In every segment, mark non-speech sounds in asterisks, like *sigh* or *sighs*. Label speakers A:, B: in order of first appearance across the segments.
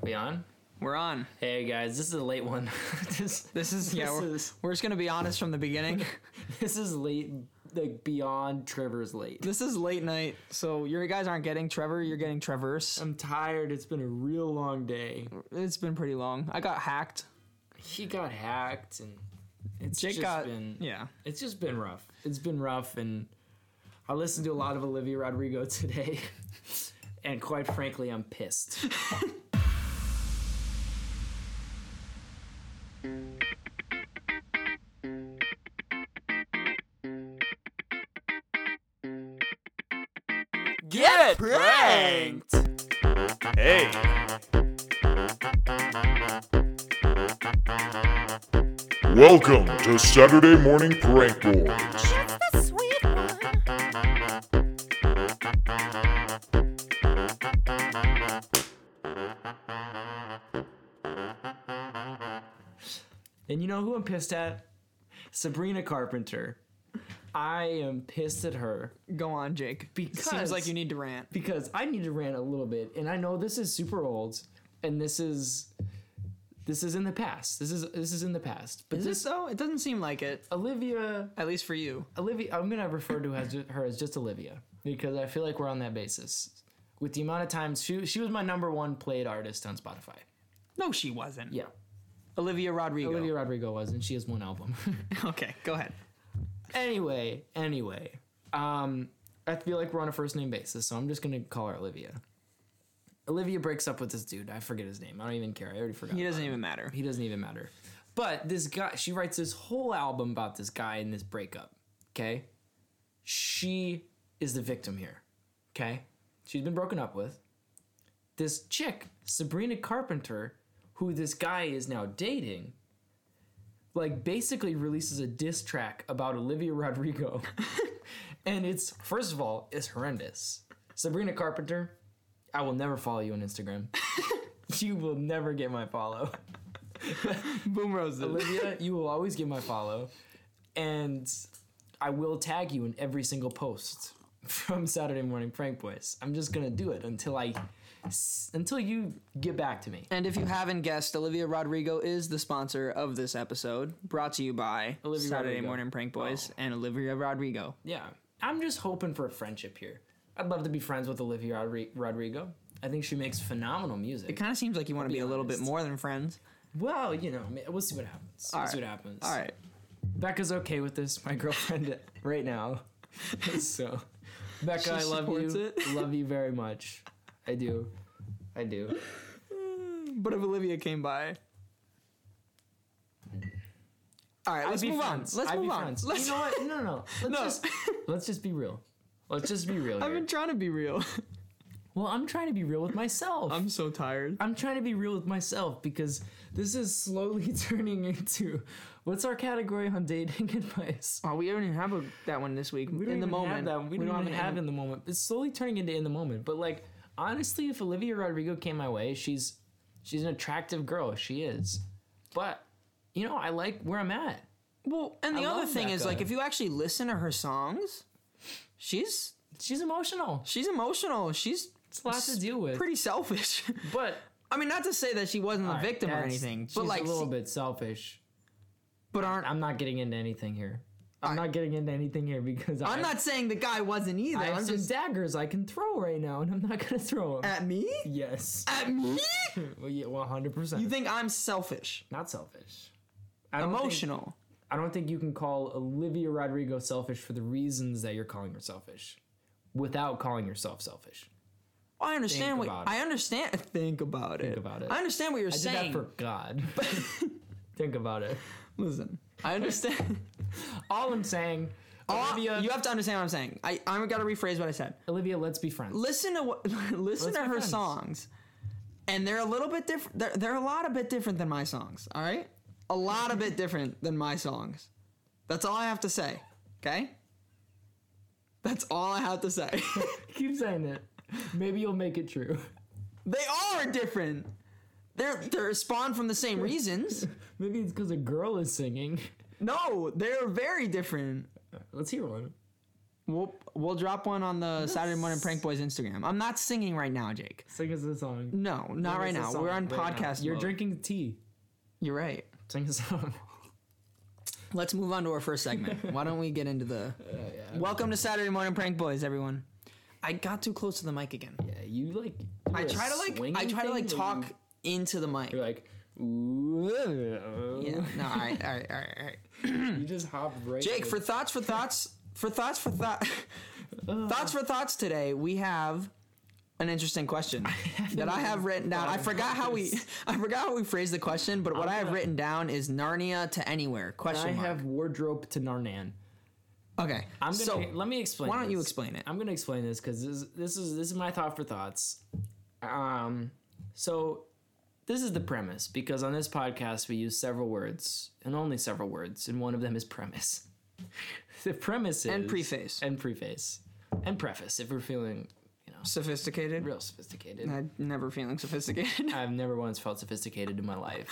A: We on?
B: We're on.
A: Hey guys, this is a late one. *laughs* this,
B: *laughs* This is yeah.
A: This
B: we're,
A: is-
B: we're just gonna be honest from the *laughs* beginning.
A: this is late, like beyond Trevor's late.
B: this is late night, so your guys aren't getting Trevor. You're getting Traverse.
A: I'm tired. It's been a real long day.
B: It's been pretty long. I got hacked.
A: He got hacked, and it's
B: Jake
A: just
B: got
A: been
B: yeah.
A: It's just been rough. It's been rough, and I listened to a lot of Olivia Rodrigo today, *laughs* and quite frankly, I'm pissed.
C: Get pranked! Hey!
D: Welcome to Saturday Morning Prank Wars.
E: That's the sweet one.
A: And you know who I'm pissed at? Sabrina Carpenter. I am pissed at her.
B: Go on, Jake.
A: Because-
B: Seems like you need to rant.
A: because I need to rant a little bit, and I know this is super old, and this is this is in the past. This is this is in the past. But
B: Is
A: this
B: it though? It doesn't seem like it.
A: Olivia,
B: At least for you.
A: Olivia, I'm gonna refer to as, her as just Olivia because I feel like we're on that basis. With the amount of times she she was my number one played artist on Spotify.
B: No, she wasn't.
A: Yeah,
B: Olivia Rodrigo.
A: Olivia Rodrigo was, and she has one album.
B: *laughs*
A: *laughs*
B: Okay, go ahead.
A: anyway, anyway, um, I feel like we're on a first name basis, so I'm just gonna call her Olivia. Olivia breaks up with this dude. I forget his name. I don't even care. I already forgot.
B: He
A: about
B: doesn't
A: him.
B: even matter.
A: He doesn't even matter. But this guy, she writes this whole album about this guy and this breakup. Okay, she is the victim here. Okay, she's been broken up with. This chick, Sabrina Carpenter, who this guy is now dating, like basically releases a diss track about Olivia *laughs* Rodrigo. and it's first of all, it's horrendous. Sabrina Carpenter, I will never follow you on Instagram. *laughs* you will never get my follow.
B: Boom roses.
A: Olivia, you will always get my follow. And I will tag you in every single post from Saturday Morning Prank Boys. I'm just gonna do it until I s- until you get back to me.
B: And if you haven't guessed, Olivia Rodrigo is the sponsor of this episode, brought to you by
A: Olivia
B: Saturday
A: Rodrigo.
B: Morning Prank Boys and Olivia Rodrigo.
A: Yeah. I'm just hoping for a friendship here. I'd love to be friends with Olivia Rodri- Rodrigo. I think she makes phenomenal music.
B: Kind of seems like you want to be, a little bit
A: honest.
B: more than friends.
A: Well, you know, ma- we'll see what happens. we'll see what happens.
B: All right.
A: Becca's okay with this, my *laughs* girlfriend, right now. *laughs* so, Becca, I love
B: supports
A: you.
B: it. *laughs*
A: love you very much. I do. I do.
B: But if Olivia came by. All right, let's
A: Be
B: move
A: friends.
B: on. Let's
A: I'd
B: move
A: be
B: on.
A: friends.
B: Let's,
A: you know what? No, no,
B: *laughs*
A: no. Let's,
B: No.
A: Just, let's just be real. Let's just be
B: *laughs*
A: real. Here.
B: I've been trying to be real.
A: well, I'm trying to be real with myself.
B: I'm so tired.
A: I'm trying to be real with myself because this is slowly *laughs* turning into what's our category on dating *laughs* advice?
B: Oh, we don't even have a, that one this week.
A: We don't
B: in the
A: even have
B: moment,
A: that. We, don't,
B: have
A: even
B: an-
A: have in the moment. It's slowly turning into in the moment. But like honestly, if Olivia Rodrigo came my way, she's she's an attractive girl. She is. But you know, I like where I'm at.
B: Well, and the
A: I
B: other
A: love
B: thing
A: that
B: is,
A: guy.
B: like, if you actually listen to her songs, she's
A: She's emotional.
B: she's emotional. She's
A: It's a lot to deal with.
B: pretty selfish. *laughs*
A: but
B: I mean, not to say that she wasn't a victim or
A: That's-
B: anything,
A: She's
B: but like,
A: a little
B: see-
A: bit selfish.
B: but aren't
A: I'm not getting into anything here. I'm
B: I-
A: not getting into anything here because
B: I'm not saying the guy wasn't either.
A: I have
B: I'm
A: some
B: just Uh,
A: daggers I can throw right now, and I'm not gonna throw them.
B: at me.
A: yes.
B: At me?
A: Well, yeah, one hundred percent.
B: *laughs* You think I'm selfish?
A: Not selfish. I don't think-
B: Emotional?
A: I don't think you can call Olivia Rodrigo selfish for the reasons that you're calling her selfish, without calling yourself selfish.
B: I
A: Think
B: understand what
A: about it.
B: I understand. *laughs* Think about it. Think
A: about it.
B: I understand what you're
A: I did
B: saying.
A: that for God. *laughs* Think about it.
B: Listen,
A: *laughs*
B: I understand.
A: All I'm saying,
B: All-
A: Olivia,
B: you have to understand what I'm saying. I I'm gotta rephrase what I said.
A: Olivia, let's be friends.
B: listen to what *laughs* listen
A: Let's
B: to
A: be
B: her
A: friends.
B: songs and they're a little bit different they're, they're a lot a bit different than my songs all right a lot
A: *laughs*
B: a bit different than my songs that's all i have to say okay that's all i have to say *laughs*
A: Keep saying it. Maybe you'll make it true. *laughs*
B: they are different they're they're spawned from the same reasons
A: Maybe it's because a girl is singing.
B: no they're very different
A: Let's hear one.
B: We'll we'll drop one on the Saturday Morning Prank Boys Instagram. I'm not singing right now, Jake.
A: Sing us a song.
B: No, not right now. We're on podcast.
A: You're
B: mode.
A: drinking tea.
B: You're right.
A: Sing a
B: *laughs*
A: song.
B: Let's move on to our first *laughs* segment. Why don't we get into the? Welcome to Saturday Morning Prank Boys, everyone. I got too close to the mic again.
A: Yeah, you like. do
B: I
A: a
B: try to like. I
A: swinging
B: try to like
A: thing where you-
B: talk into the mic.
A: You're like. "Ooh."
B: Yeah. No. All right. All right. All right. All right.
A: You just hop right.
B: Hmm. Jake,
A: in.
B: for thoughts, for thoughts, for thoughts, for thought, thoughts, for thoughts. Today we have an
A: *laughs*
B: interesting question that I have written down. I forgot how we, *laughs* I forgot how we phrased the question, but what I have written down is Narnia to anywhere question
A: I
B: mark.
A: have wardrobe to Narnan.
B: okay,
A: I'm gonna
B: so
A: let me explain.
B: why don't you
A: this.
B: explain it?
A: I'm gonna explain this because this, this is this is my thought for thoughts. Um, so this is the premise because on this podcast we use several words and only several words, and one of them is premise. *laughs* the premise is
B: And preface.
A: and preface and preface. If we're feeling you know
B: sophisticated.
A: real sophisticated,
B: I'm never feeling sophisticated. *laughs*
A: I've never once felt sophisticated in my life.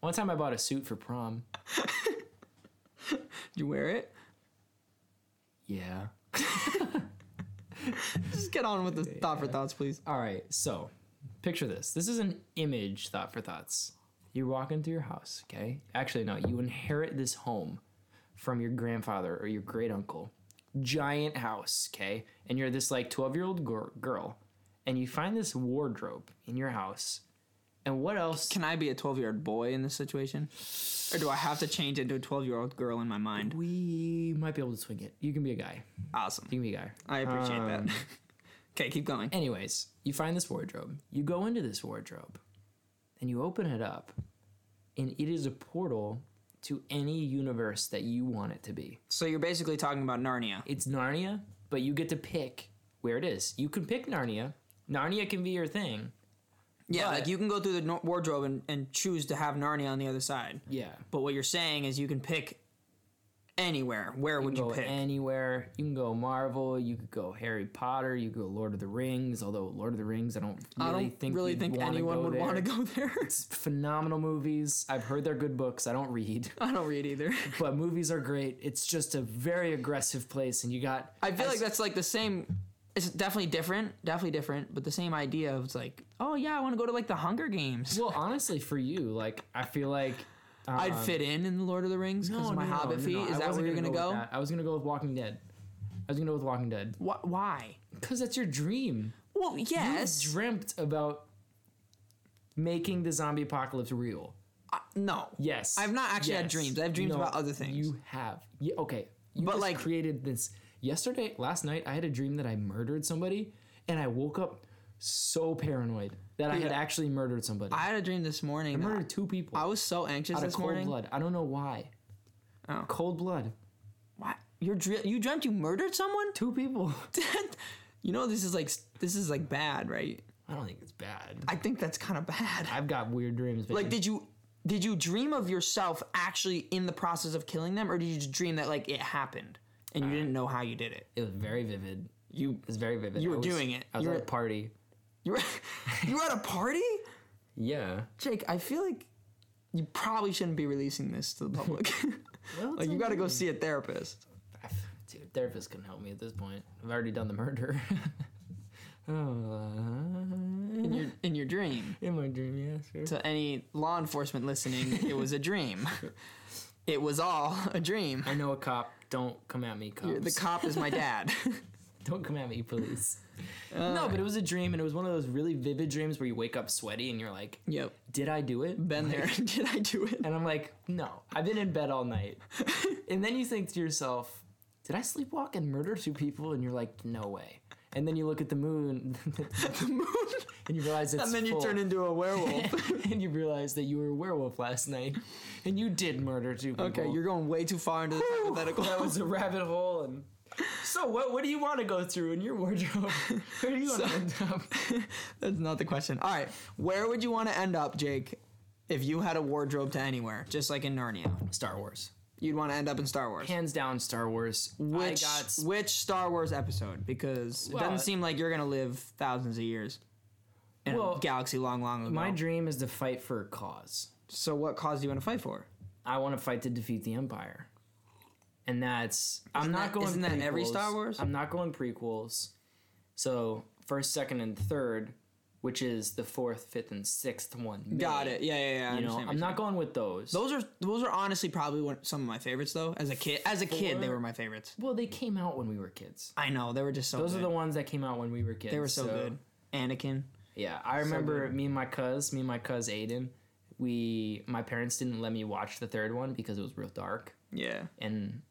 A: One time I bought a suit for prom.
B: you wear it.
A: Yeah.
B: Just get on with the thought for thoughts, please.
A: All right, so picture this. This is an image thought for thoughts. You walk into your house, okay? Actually, no, you inherit this home from your grandfather or your great uncle. Giant house, okay? And you're this like 12 year old gir- girl, and you find this wardrobe in your house. And what else?
B: Can I be a 12 year old boy in this situation, or do I have to change into a 12 year old girl in my mind?
A: we might be able to swing it. You can be a guy.
B: Awesome.
A: You can be a guy.
B: I appreciate
A: Um,
B: that. *laughs* okay, keep going.
A: Anyways, you find this wardrobe. You go into this wardrobe and you open it up, and it is a portal to any universe that you want it to be.
B: So you're basically talking about Narnia.
A: It's Narnia, but you get to pick where it is. You can pick Narnia. Narnia can be your thing.
B: Yeah,
A: But-
B: like you can go through the nor- wardrobe and, and choose to have Narnia on the other side.
A: Yeah.
B: But what you're saying is you can pick anywhere. Where would you
A: go
B: pick?
A: anywhere. You can go Marvel. You could go Harry Potter. You could go Lord of the Rings. Although Lord of the Rings, I don't really
B: I don't
A: think
B: really
A: you'd
B: think
A: wanna
B: anyone
A: go
B: would
A: there.
B: want to go there. *laughs*
A: It's phenomenal movies. I've heard they're good books. I don't read.
B: I don't read either.
A: but movies are great. It's just a very aggressive place, and you got.
B: I feel like that's like the same. It's definitely different. Definitely different. But the same idea of it's like, oh yeah, I want to go to like the Hunger Games.
A: Well, honestly, for you, like I feel like
B: I'd fit in in the Lord of the Rings because my Hobbit feet. Is that where you're gonna go?
A: I was gonna go with Walking Dead. I was gonna go with Walking Dead
B: Wh- why?
A: because that's your dream.
B: Well, yes.
A: Dreamt about making the zombie apocalypse real.
B: no.
A: Yes,
B: I've not actually had
A: Yes.
B: dreams. I have dreams
A: No,
B: about other things.
A: You have. Yeah, okay. You
B: But,
A: just
B: like-
A: created this yesterday, last night. I had a dream that I murdered somebody, and I woke up so paranoid that I had actually murdered somebody.
B: I had a dream this morning. that-
A: murdered two people
B: I was so anxious
A: out of
B: this
A: cold
B: morning.
A: blood. I don't know why.
B: Oh.
A: Cold blood.
B: What? You're dre- you dreamt you murdered someone? *laughs*
A: Two people. *laughs*
B: you know this is like this is like bad, right?
A: I don't think it's bad.
B: I think that's kind of bad.
A: I've got weird dreams. But
B: Like, did you did you dream of yourself actually in the process of killing them, or did you just dream that like it happened and you didn't know how you did it?
A: it was very vivid.
B: You
A: It was very vivid.
B: You
A: I
B: were
A: was-
B: doing it.
A: I was
B: You
A: at
B: were-
A: a party.
B: you were, *laughs* you were at a party,
A: Yeah.
B: Jake. I feel like you probably shouldn't be releasing this to the public. *laughs*
A: Well,
B: like you got to go see a therapist.
A: Dude, therapist couldn't help me at this point. I've already done the murder. *laughs* oh,
B: In your, in your dream.
A: in my dream, yeah, sure.
B: To any law enforcement listening, it was a *laughs* dream. It was all a dream.
A: I know a cop. Don't come at me, cops.
B: The cop is my dad.
A: *laughs* Don't come at me, police.
B: Uh.
A: no, but it was a dream, and it was one of those really vivid dreams where you wake up sweaty and you're like,
B: *laughs* yep.
A: "Did I do it?"
B: Been there. *laughs* Did I do it?
A: And I'm like, "No, I've been in bed all
B: *laughs*
A: night." and then you think to yourself, "Did I sleepwalk and murder two people?" And you're like, "No way." And then you look at the moon, *laughs*
B: *laughs*
A: and you realize it's
B: And then you
A: full. *laughs*
B: turn into a *laughs* werewolf.
A: and you realize that you were a werewolf last night, and you did murder two people.
B: okay,
A: *laughs*
B: you're going way too far into this hypothetical.
A: that
B: *laughs*
A: was a rabbit hole. And so, what what do you want to go through in your wardrobe?
B: *laughs*
A: Where do you want to end up?
B: That's not the question. All right, where would you want to end up, Jake, if you had a wardrobe to anywhere, just like in Narnia?
A: Star Wars,
B: You'd want to end up in Star Wars.
A: hands down, Star Wars.
B: Which
A: I got s-
B: which Star Wars episode? Because it
A: Well,
B: doesn't seem like you're gonna live thousands of years in
A: Well,
B: a galaxy long, long ago.
A: my dream is to fight for a cause.
B: so what cause do you want to fight for?
A: I want to fight to defeat the Empire. and that's I'm
B: Isn't
A: not
B: that-
A: going.
B: isn't that every
A: prequels.
B: Star Wars?
A: I'm not going prequels. So first, second, and third, which is the fourth, fifth, and sixth one. made.
B: Got it. Yeah, yeah, yeah.
A: You know,
B: I understand what
A: I'm
B: you're
A: not going with those.
B: Those are those are honestly probably one, some of my favorites though. As a kid, as a kid, they
A: Four.
B: were my favorites.
A: Well, they came out when we were kids.
B: I know they were just so.
A: Those
B: good.
A: are the ones that came out when we were kids.
B: They were so, good. Anakin.
A: Yeah, I remember me and my cuz, me and my cuz Aiden, we my parents didn't let me watch the third one because it was real dark
B: Yeah,
A: and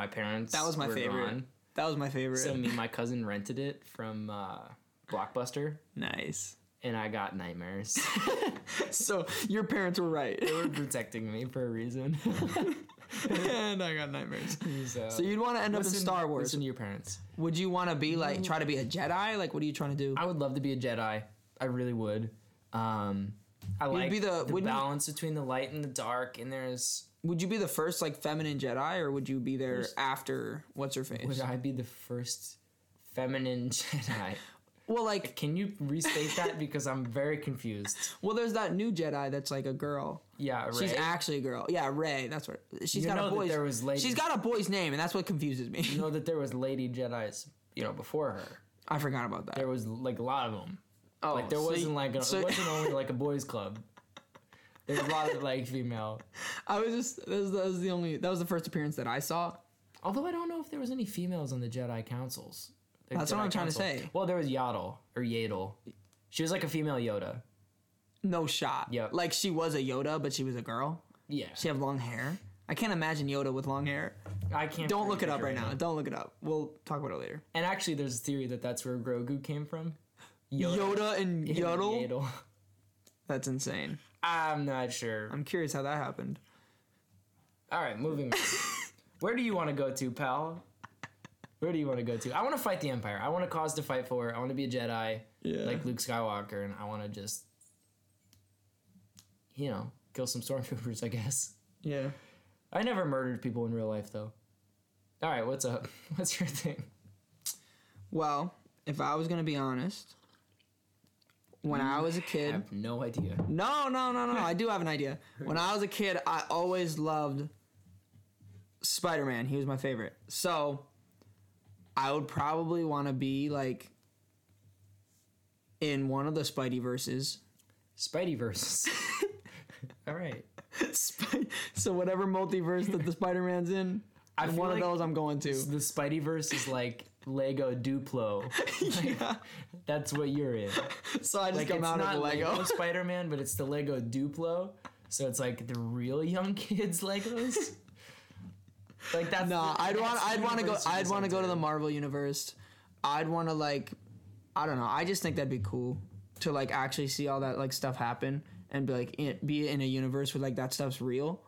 A: my parents
B: that was my
A: were
B: favorite.
A: gone.
B: That was my favorite.
A: So me and my cousin rented it from uh, Blockbuster
B: nice.
A: and I got nightmares.
B: So your parents were right,
A: *laughs* they were protecting me for a reason.
B: *laughs* and I got nightmares.
A: *laughs* so,
B: So you'd want to end up in
A: listen-
B: Star Wars.
A: Listen to your parents.
B: Would you want to be like try to be a Jedi? Like, what are you trying to do?
A: I would love to be a Jedi. I really would. Um, I like
B: be the-
A: the,
B: wouldn't you-
A: balance between the light and the dark, and there's
B: Would you be the first like feminine Jedi, or would you be there after what's her face?
A: Would I be the first feminine *laughs* Jedi?
B: well, like,
A: Can you restate that because I'm very confused?
B: well, there's that new Jedi that's like a girl.
A: Yeah, right.
B: She's actually a girl. Yeah, Ray. That's what she's
A: You
B: got
A: know
B: a
A: that
B: boy's.
A: there was lady-
B: She's got a boy's name, and that's what confuses me.
A: you know that there was lady Jedi's, you know, before her.
B: *laughs* I forgot about that.
A: There was like a lot of them.
B: oh,
A: Like there
B: so
A: wasn't
B: you-
A: like a,
B: so-
A: it wasn't
B: *laughs*
A: only like a boys' club. There's a lot of like female.
B: I was just that was, that was the only that was the first appearance that I saw.
A: Although I don't know if there was any females on the Jedi councils. The
B: That's what
A: Jedi
B: I'm trying to
A: Council.
B: say.
A: Well, there was Yaddle or Yadel. She was like a female Yoda.
B: No shot.
A: Yeah.
B: Like she was a Yoda, but she was a girl.
A: Yeah,
B: She had long hair. I can't imagine Yoda with long hair.
A: I can't.
B: Don't look it
A: picture
B: up right
A: her.
B: now. Don't look it up. We'll talk about it later.
A: And actually, there's a theory that that's where Grogu came from. Yoda.
B: Yoda and Yodel.
A: Yodel.
B: That's insane.
A: *laughs* I'm not sure.
B: I'm curious how that happened.
A: All right, moving on.
B: *laughs*
A: Where do you want to go to, pal? Where do you want to go to? I want to fight the Empire. I want a cause to fight for. I want to be a Jedi,
B: Yeah.
A: like Luke Skywalker, and I want to just, you know, kill some stormtroopers. *laughs* I guess.
B: Yeah.
A: I never murdered people in real life, though. All right, what's up? *laughs* What's your thing?
B: Well, if I was gonna be honest, when
A: *laughs*
B: I was a
A: I
B: kid,
A: have no idea.
B: No, no, no, no. I do have an idea. When I was a kid, I always loved Spider Man. He was my favorite. So I would probably want to be like in one of the Spidey verses. *laughs*
A: Spidey versus. *laughs* All right.
B: so whatever multiverse that the Spider Man's in,
A: I
B: in
A: feel
B: one
A: like-
B: of those I'm going
A: *laughs*
B: to.
A: The Spideyverse is like Lego Duplo. Like, That's what you're in.
B: *laughs* So I just
A: Like
B: come
A: it's
B: out of
A: not
B: the Lego. *laughs*
A: Spider Man, but it's the Lego Duplo. So it's like the real young *laughs* kids Legos. like that's
B: No,
A: the-
B: I'd
A: that's
B: want.
A: the
B: I'd want to go.
A: universe
B: I'd want to go to the
A: represented.
B: Marvel universe. I'd want to like. I don't know. I just think that'd be cool to like actually see all that like stuff happen and be like in, be in a universe where like that stuff's real.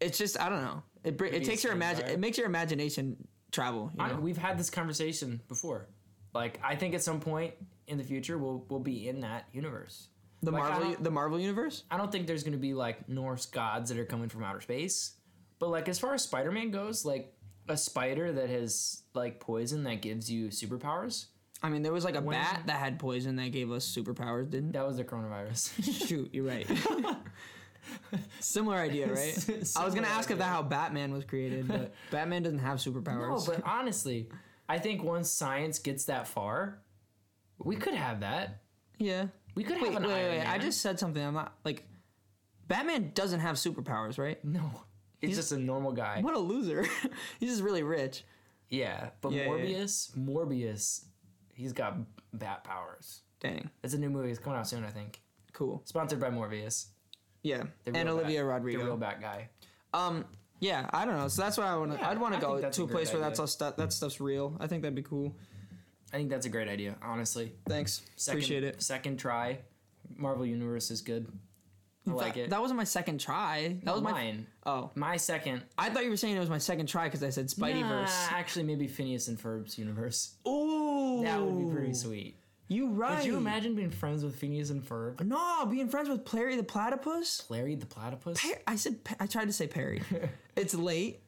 B: It's just I don't know. It br- it
A: it's
B: takes your
A: inspired.
B: imagine. It makes your imagination travel. You
A: I-
B: know?
A: we've had this conversation before. Like I think at some point in the future we'll we'll be in that universe.
B: the
A: like, I
B: Marvel
A: don't-
B: the Marvel universe.
A: I don't think there's going to be like Norse gods that are coming from outer space. But like as far as Spider-Man goes, like a spider that has like poison that gives you superpowers,
B: I mean, there was like a bat that had poison that gave us superpowers, didn't? it?
A: that was the coronavirus. *laughs*
B: Shoot, you're right. Similar idea, right? I was gonna
A: Similar
B: ask if that how Batman was created,
A: *laughs*
B: but Batman doesn't have
A: no,
B: superpowers.
A: Oh,
B: *laughs*
A: but honestly, I think once science gets that far, we could have that.
B: Yeah.
A: We could
B: Wait,
A: have
B: wait,
A: an Iron
B: wait. I
A: Man.
B: just said something. I'm not like Batman doesn't have superpowers, right?
A: *laughs* no. He's just a normal guy.
B: What a loser. *laughs* He's just really rich.
A: Yeah, but
B: Yeah, yeah, yeah.
A: Morbius, Morbius, he's got bat powers.
B: Dang.
A: It's a new movie. It's coming out soon, I think.
B: Cool.
A: Sponsored by Morbius.
B: Yeah.
A: the
B: And
A: real
B: Olivia
A: bat-
B: Rodrigo.
A: the real bat guy.
B: Um yeah, I don't know. So that's why I want to
A: Yeah,
B: I'd want
A: I
B: to
A: think
B: go
A: that's
B: to
A: a
B: a
A: great
B: place where that's
A: idea.
B: all stuff that stuff's real. I think that'd be cool.
A: I think that's a great idea, honestly.
B: Thanks.
A: Second,
B: Appreciate it.
A: Second try, Marvel Universe is good. I like
B: That-
A: it.
B: That wasn't my second try. That was my
A: mine.
B: Oh.
A: my second.
B: I thought you were saying it was my second try cuz I said Spideyverse.
A: Nah, actually, maybe Phineas and Ferb's universe.
B: Ooh.
A: That would be pretty sweet.
B: You right.
A: Could you imagine being friends with Phineas and Ferb?
B: No, being friends with Larry the Platypus?
A: Larry the Platypus.
B: Pe- I said Pe- I tried to
A: *laughs*
B: say Perry. it's late.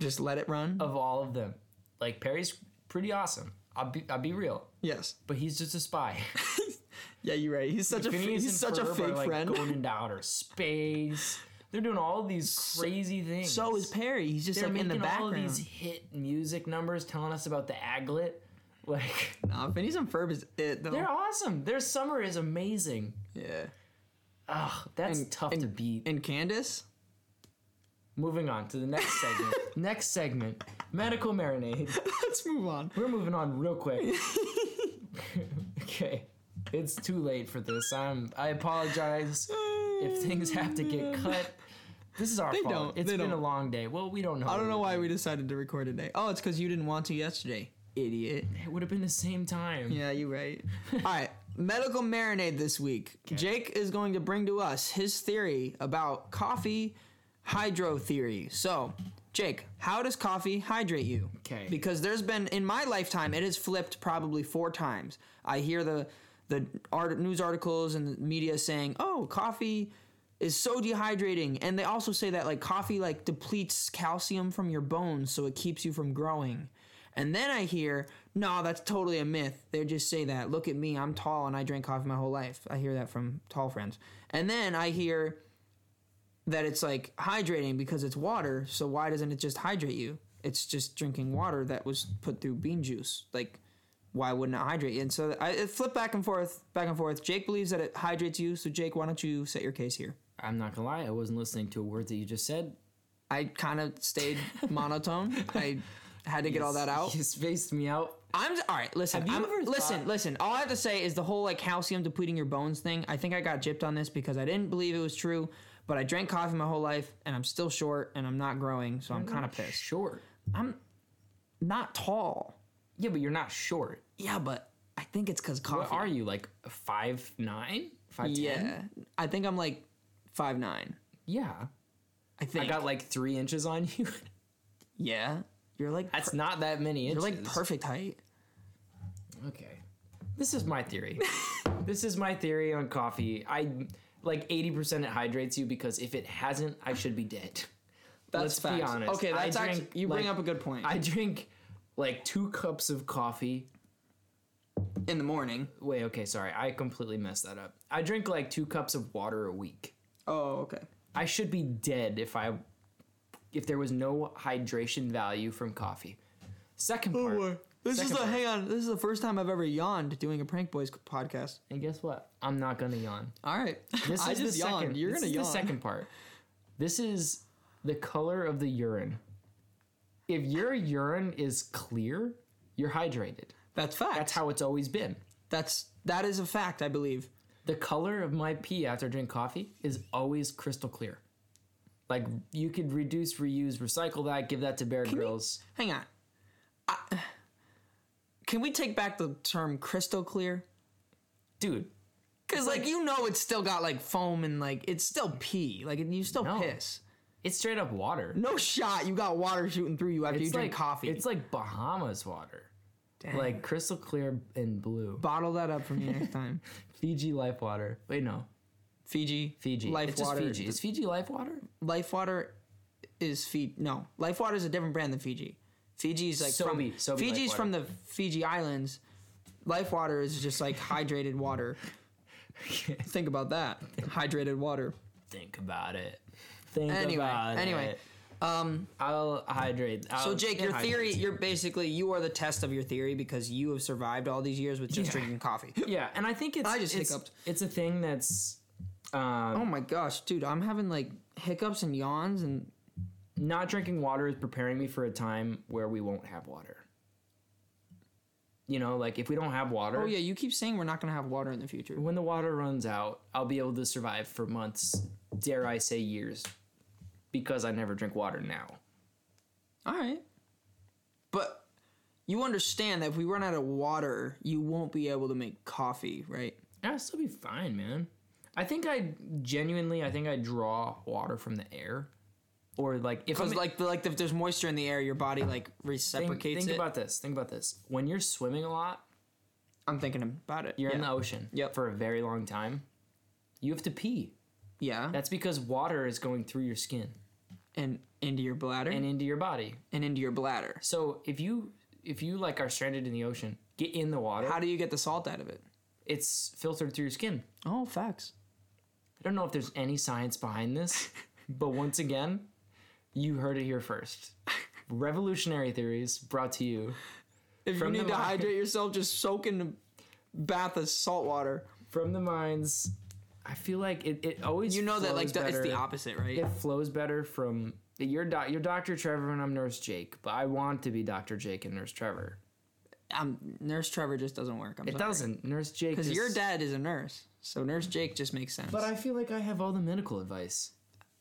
B: Just let it run.
A: Of all of them, like Perry's pretty awesome. I'll be I'll be real,
B: Yes.
A: but he's just a spy.
B: Yeah, you're right. *laughs* He's such a f-
A: Phineas
B: he's
A: and
B: such a
A: Ferb
B: fake
A: are, like,
B: friend.
A: Going into outer space. They're doing all these crazy things.
B: *laughs* So is Perry. He's just
A: They're
B: like in
A: making
B: the
A: all
B: background.
A: these hit music numbers telling us about the aglet. *laughs* Like
B: Nah, Phineas and Ferb is it though.
A: they're awesome. Their summer is amazing.
B: yeah.
A: Ugh, that's
B: And-
A: tough to beat.
B: And Candace? *laughs*
A: moving on to the next segment. next segment, medical marinade.
B: Let's move on.
A: We're moving on real
B: *laughs*
A: quick. okay. It's too late for this. I'm I apologize if things have to get cut. This is our
B: They
A: fault.
B: don't.
A: It's
B: They
A: been a
B: don't.
A: long day. Well, we don't know.
B: I don't know why we decided to record today. Oh, it's because you didn't want to yesterday, idiot.
A: It would have been the same time.
B: Yeah, you're right. All right, medical marinade this week. Jake is going to bring to us his theory about coffee hydro theory. So, Jake, how does coffee hydrate you?
A: Okay.
B: Because there's been in my lifetime, it has flipped probably four times. I hear the the art, news articles and the media saying, "Oh, coffee." Is so dehydrating, and they also say that like coffee like depletes calcium from your bones, so it keeps you from growing. And then I hear, no, that's totally a myth. They just say that. Look at me, I'm tall and I drank coffee my whole life. I hear that from tall friends. And then I hear that it's like hydrating because it's water, so why doesn't it just hydrate you? It's just drinking water that was put through bean juice. Like, why wouldn't it hydrate you? And so I it flipped back and forth, back and forth. Jake believes that it hydrates you, so Jake, why don't you set your case here?
A: I'm not gonna lie, I wasn't listening to a word that you just said.
B: I kind of
A: *laughs*
B: stayed monotone. I had to get all that out.
A: You spaced me out.
B: I'm all right. Listen,
A: Have you
B: I'm,
A: ever
B: listen,
A: thought-
B: listen. All I have to say is the whole like calcium depleting your bones thing. I think I got gypped on this because I didn't believe it was true, but I drank coffee my whole life and I'm still short and I'm not growing, so
A: Oh
B: I'm kind of pissed.
A: Short.
B: Not tall.
A: Yeah, but you're not short.
B: Yeah, but I think it's because coffee.
A: What are you like five nine? Five ten?
B: yeah, I think I'm like five nine.
A: Yeah.
B: I think.
A: I got like three inches on you.
B: yeah. You're like
A: That's
B: per-
A: not that many
B: you're
A: inches.
B: like perfect height.
A: Okay. This is my theory. this is my theory on coffee. I like 80% it hydrates you because if it hasn't, I should be dead. Let's be
B: facts.
A: honest.
B: Okay, that's
A: I
B: actually
A: drink,
B: you bring
A: like-
B: up a good point.
A: I drink like two cups of coffee.
B: In the morning.
A: Wait, okay, sorry. I completely messed that up. I drink like two cups of water a week.
B: Oh, okay.
A: I should be dead if I if there was no hydration value from coffee. Second
B: Oh
A: part.
B: This
A: Second
B: is the
A: part.
B: hang on. This is the first time I've ever yawned doing a prank boys podcast.
A: And guess what? I'm not gonna yawn.
B: All right.
A: This
B: *laughs* I
A: is
B: just
A: the
B: yawned.
A: second.
B: You're
A: this
B: gonna
A: is
B: yawn.
A: the second part. This is the color of the urine. If your urine is clear, you're hydrated.
B: That's fact.
A: That's how it's always been.
B: That's that is a fact. I believe.
A: The color of my pee after I drink coffee is always crystal clear. Like you could reduce, reuse, recycle that. Give that to Bear Grylls.
B: Hang on. I, *sighs* can we take back the term crystal clear?
A: Dude,
B: Because like, you know, it's still got like foam and like it's still pee. Like you still
A: No.
B: piss.
A: it's straight up water.
B: No shot. You got water shooting through you after
A: it's
B: you drink
A: like
B: coffee.
A: It's like Bahamas water. Like crystal clear and blue.
B: bottle that up for me next time.
A: Fiji life water. Wait, no.
B: *laughs* Fiji.
A: Fiji.
B: Life
A: it's
B: water.
A: Just Fiji. Is Fiji life water?
B: Life water is Fiji. No, Life Water is a different brand than Fiji. Fiji's like from
A: Sobe- Sobe
B: Fiji's
A: Life
B: from the Fiji Islands. Life Water is just like hydrated *laughs* water. Think about that. Hydrated water.
A: Think about it. Think
B: Anyway,
A: about
B: anyway.
A: it.
B: Um,
A: Anyway, I'll hydrate. I'll,
B: So Jake,
A: it
B: your
A: hydrates
B: theory,
A: you.
B: you're basically you are the test of your theory because you have survived all these years with just drinking coffee.
A: Yeah, and I think it's.
B: I just
A: it's,
B: hiccuped.
A: It's a thing that's um,
B: Oh my gosh, dude, I'm having like hiccups and yawns and
A: not drinking water is preparing me for a time where we won't have water. You know, like if we don't have water,
B: Oh yeah, you keep saying we're not going to have water in the future.
A: when the water runs out, I'll be able to survive for months, dare I say years, because I never drink water now.
B: All right. But you understand that if we run out of water, you won't be able to make coffee, right?
A: I'll still be fine, man. I think I genuinely, I think I draw water from the air, or like if I'm
B: Because like the, like if there's moisture in the air, your body like
A: think,
B: reciprocates
A: think
B: it.
A: about this, think about this. When you're swimming a lot,
B: I'm thinking about it.
A: you're
B: yeah.
A: in the ocean
B: Yep.
A: for a very long time. You have to pee.
B: yeah,
A: That's because water is going through your skin
B: and into your bladder
A: and
B: and,
A: into your body.
B: into your bladder.
A: So if you if you like are stranded in the ocean, get in the water.
B: How do you get the salt out of it?
A: it's filtered through your skin.
B: Oh, facts. *laughs*
A: I don't know if there's any science behind this, But once again, you heard it here first. Revolutionary theories brought to you
B: If
A: From
B: you
A: the
B: need to
A: line.
B: hydrate yourself, just soak in a bath of salt water.
A: from the minds. I feel like it, it always
B: You know that
A: flows
B: like the, it's the
A: better-
B: opposite, right?
A: It flows better from your doc. You're Doctor Trevor and I'm Nurse Jake, but I want to be Doctor Jake and Nurse Trevor.
B: um, Nurse Trevor just doesn't work. I'm
A: It doesn't. Nurse Jake.
B: because
A: just-
B: your dad is a nurse, so Nurse Jake just makes sense.
A: But I feel like I have all the medical advice.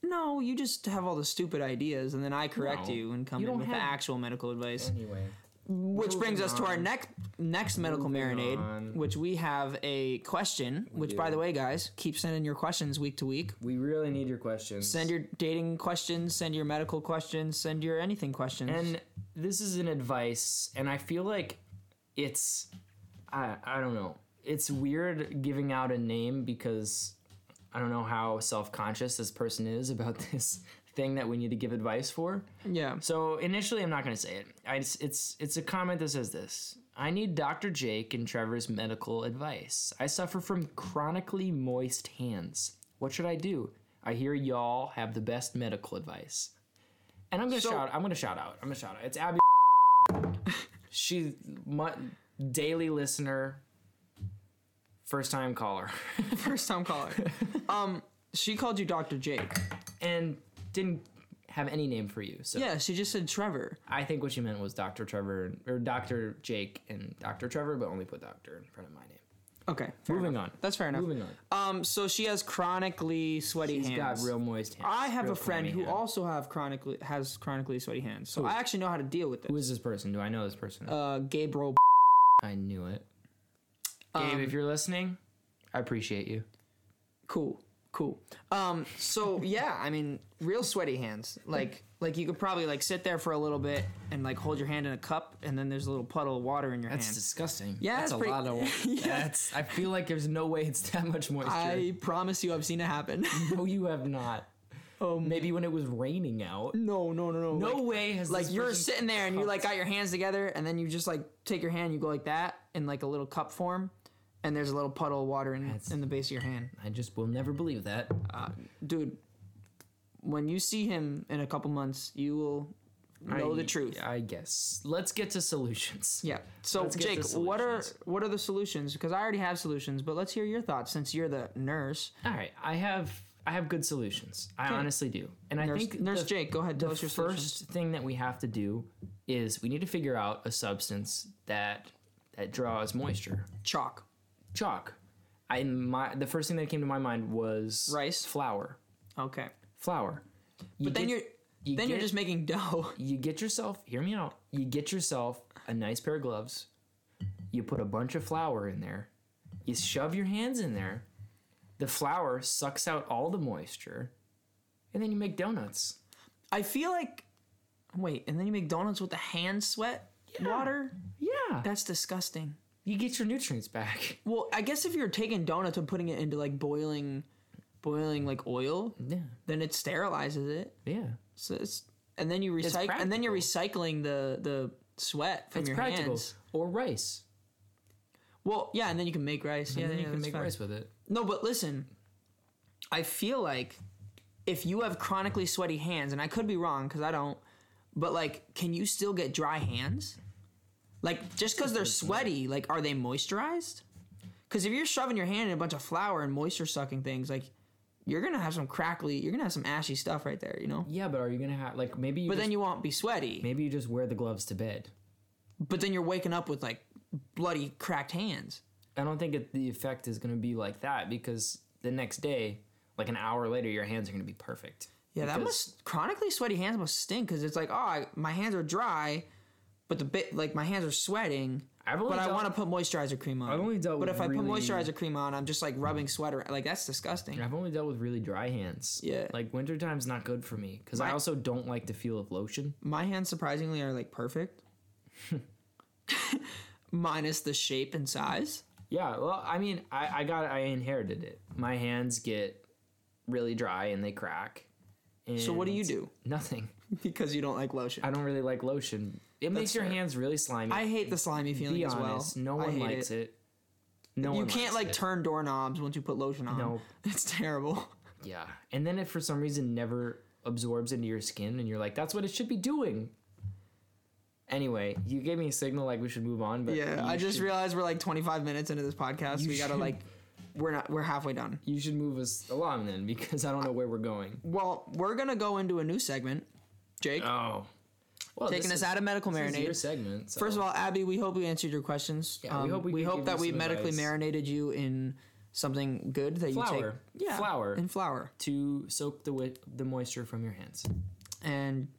B: no, you just have all the stupid ideas, and then I correct
A: No,
B: you and come
A: you
B: in
A: don't
B: with the
A: have-
B: actual medical advice,
A: Anyway,
B: which brings us to our
A: on.
B: next next medical
A: Moving
B: marinade,
A: on.
B: which we have a question. Which, by the way, guys, keep sending your questions week to week.
A: we really need your questions.
B: Send your dating questions, send your medical questions, send your anything questions.
A: and this is an advice, and I feel like it's, I I don't know. It's weird giving out a name because I don't know how self conscious this person is about *laughs* this thing that we need to give advice for.
B: yeah,
A: So initially, I'm not going to say it. I just, it's it's a comment that says this. I need Dr. Jake and Trevor's medical advice. I suffer from chronically moist hands. What should I do? I hear y'all have the best medical advice. And I'm gonna shout. I'm gonna shout out. I'm gonna shout out. It's Abby. She's my daily listener, first time caller,
B: first time
A: *laughs*
B: caller. um, she called you Doctor Jake.
A: and didn't have any name for you. So
B: Yeah, she just said Trevor.
A: I think what she meant was Dr. Trevor and- or Dr. Jake and Dr. Trevor, but only put Doctor in front of my name.
B: Okay, fair
A: Moving
B: enough.
A: on.
B: That's fair enough.
A: Moving on.
B: Um, so she has chronically sweaty
A: He's
B: hands.
A: got real moist hands.
B: I have
A: real
B: a friend
A: clammy
B: who
A: hands.
B: also have chronically has chronically sweaty hands, so I actually know how to deal with
A: Who
B: this.
A: is this person? Do I know this person?
B: Uh, Gabriel.
A: I knew it.
B: um,
A: Gabe, if you're listening, I appreciate you.
B: cool cool um so yeah i mean real sweaty hands like like you could probably like sit there for a little bit and like hold your hand in a cup and then there's a little puddle of water in your
A: That's
B: hand
A: disgusting.
B: Yeah,
A: that's
B: it's
A: a
B: pretty- *laughs*
A: lot of.
B: Yeah.
A: That's. I feel like there's no way it's that much moisture.
B: i promise you i've seen it happen *laughs*
A: no, you have not. Oh, maybe when it was raining out.
B: no no no Um, no
A: No
B: like,
A: way has
B: like
A: this
B: you're
A: person-
B: sitting there and you like got your hands together and then you just like take your hand you go like that in like a little cup form and there's a little puddle of water in, in the base of your hand
A: I just will never believe that.
B: dude when you see him in a couple months you will know
A: I-
B: the truth
A: I guess. Let's get to solutions.
B: Yeah. So
A: Let's get
B: Jake,
A: to
B: what are
A: solutions.
B: what are the solutions? Because I already have solutions, but let's hear your thoughts since you're the nurse.
A: All right, I have I have good solutions. I honestly do, and I
B: Nurse,
A: think
B: nurse
A: the,
B: Jake, go ahead.
A: The
B: Tell us your
A: first
B: first.
A: thing that we have to do is we need to figure out a substance that that draws moisture.
B: Chalk.
A: Chalk. I my the first thing that came to my mind was
B: Rice?
A: flour,
B: Okay.
A: flour. You
B: But then
A: get-
B: you're
A: you
B: then you're
A: get-
B: just making dough.
A: you get yourself hear me out. You get yourself a nice pair of gloves. You put a bunch of flour in there. You shove your hands in there. The flour sucks out all the moisture, and then you make donuts.
B: I feel like wait, and then you make donuts with the hand sweat water?
A: Yeah.
B: That's disgusting.
A: you get your nutrients back.
B: Well, I guess if you're taking donuts and putting it into like boiling boiling like oil,
A: Yeah.
B: then it sterilizes it.
A: Yeah.
B: So it's and then you recycle and then you're recycling the the sweat from
A: It's
B: your
A: practical.
B: hands.
A: Or rice.
B: Well, yeah, and then you can make rice. Yeah,
A: And then
B: Mm-hmm. yeah,
A: you can
B: that's
A: make
B: fine.
A: rice with it.
B: No, but listen, I feel like if you have chronically sweaty hands, and I could be wrong because I don't, but like, can you still get dry hands? Like, just because they're sweaty, like, are they moisturized? Because if you're shoving your hand in a bunch of flour and moisture sucking things, like, you're gonna have some crackly, you're gonna have some ashy stuff right there, you know.
A: Yeah, but are you gonna have like maybe you
B: But
A: just,
B: then you won't be sweaty.
A: maybe you just wear the gloves to bed.
B: But then you're waking up with like bloody cracked hands.
A: I don't think it, the effect is gonna be like that because the next day, like an hour later, your hands are gonna be perfect.
B: Yeah, that
A: Because-
B: must chronically sweaty hands must stink because it's like, oh, I, my hands are dry, but the bit like my hands are sweating.
A: I've only
B: But I
A: dealt-
B: want to put moisturizer cream on.
A: I've only dealt
B: But
A: with
B: if I put
A: really- Mm.
B: moisturizer cream on, I'm just like rubbing sweat around. Like that's disgusting.
A: I've only dealt with really dry hands.
B: Yeah.
A: Like wintertime's not good for me because I
B: My-
A: also don't like the feel of lotion.
B: My hands surprisingly are
A: *laughs*
B: like perfect, minus the shape and size.
A: Yeah, well, I mean, I, I got I inherited it. My hands get really dry and they crack. And
B: So what do you do?
A: Nothing.
B: Because you don't like lotion.
A: I don't really like lotion. It makes your
B: fair.
A: hands really slimy.
B: I hate the slimy feeling
A: be
B: as well.
A: honest, no
B: I
A: one
B: hate
A: likes it. No
B: You
A: one
B: can't
A: likes
B: like
A: it.
B: turn doorknobs once you put lotion on.
A: No.
B: *laughs* it's terrible.
A: Yeah. And then it for some reason never absorbs into your skin and you're like, that's what it should be doing. Anyway, you gave me a signal like we should move on, but
B: Yeah,
A: you
B: I just
A: should,
B: realized we're like 25 minutes into this podcast.
A: You
B: we gotta
A: should-
B: like, we're not, we're halfway done.
A: you should move us along then because I don't know where we're going.
B: Well, we're gonna go into a new segment, Jake,
A: Oh. Well,
B: taking
A: this
B: us
A: is-
B: out of medical
A: this is your
B: marinade.
A: segment. so-
B: First of all, Abby, we hope we answered your questions.
A: Yeah, we hope we could give
B: that
A: you
B: we
A: some
B: medically
A: advice.
B: marinated you in something good that
A: Flour.
B: you take. Yeah,
A: Flour.
B: and flour.
A: to soak the wi- the moisture from your hands.
B: And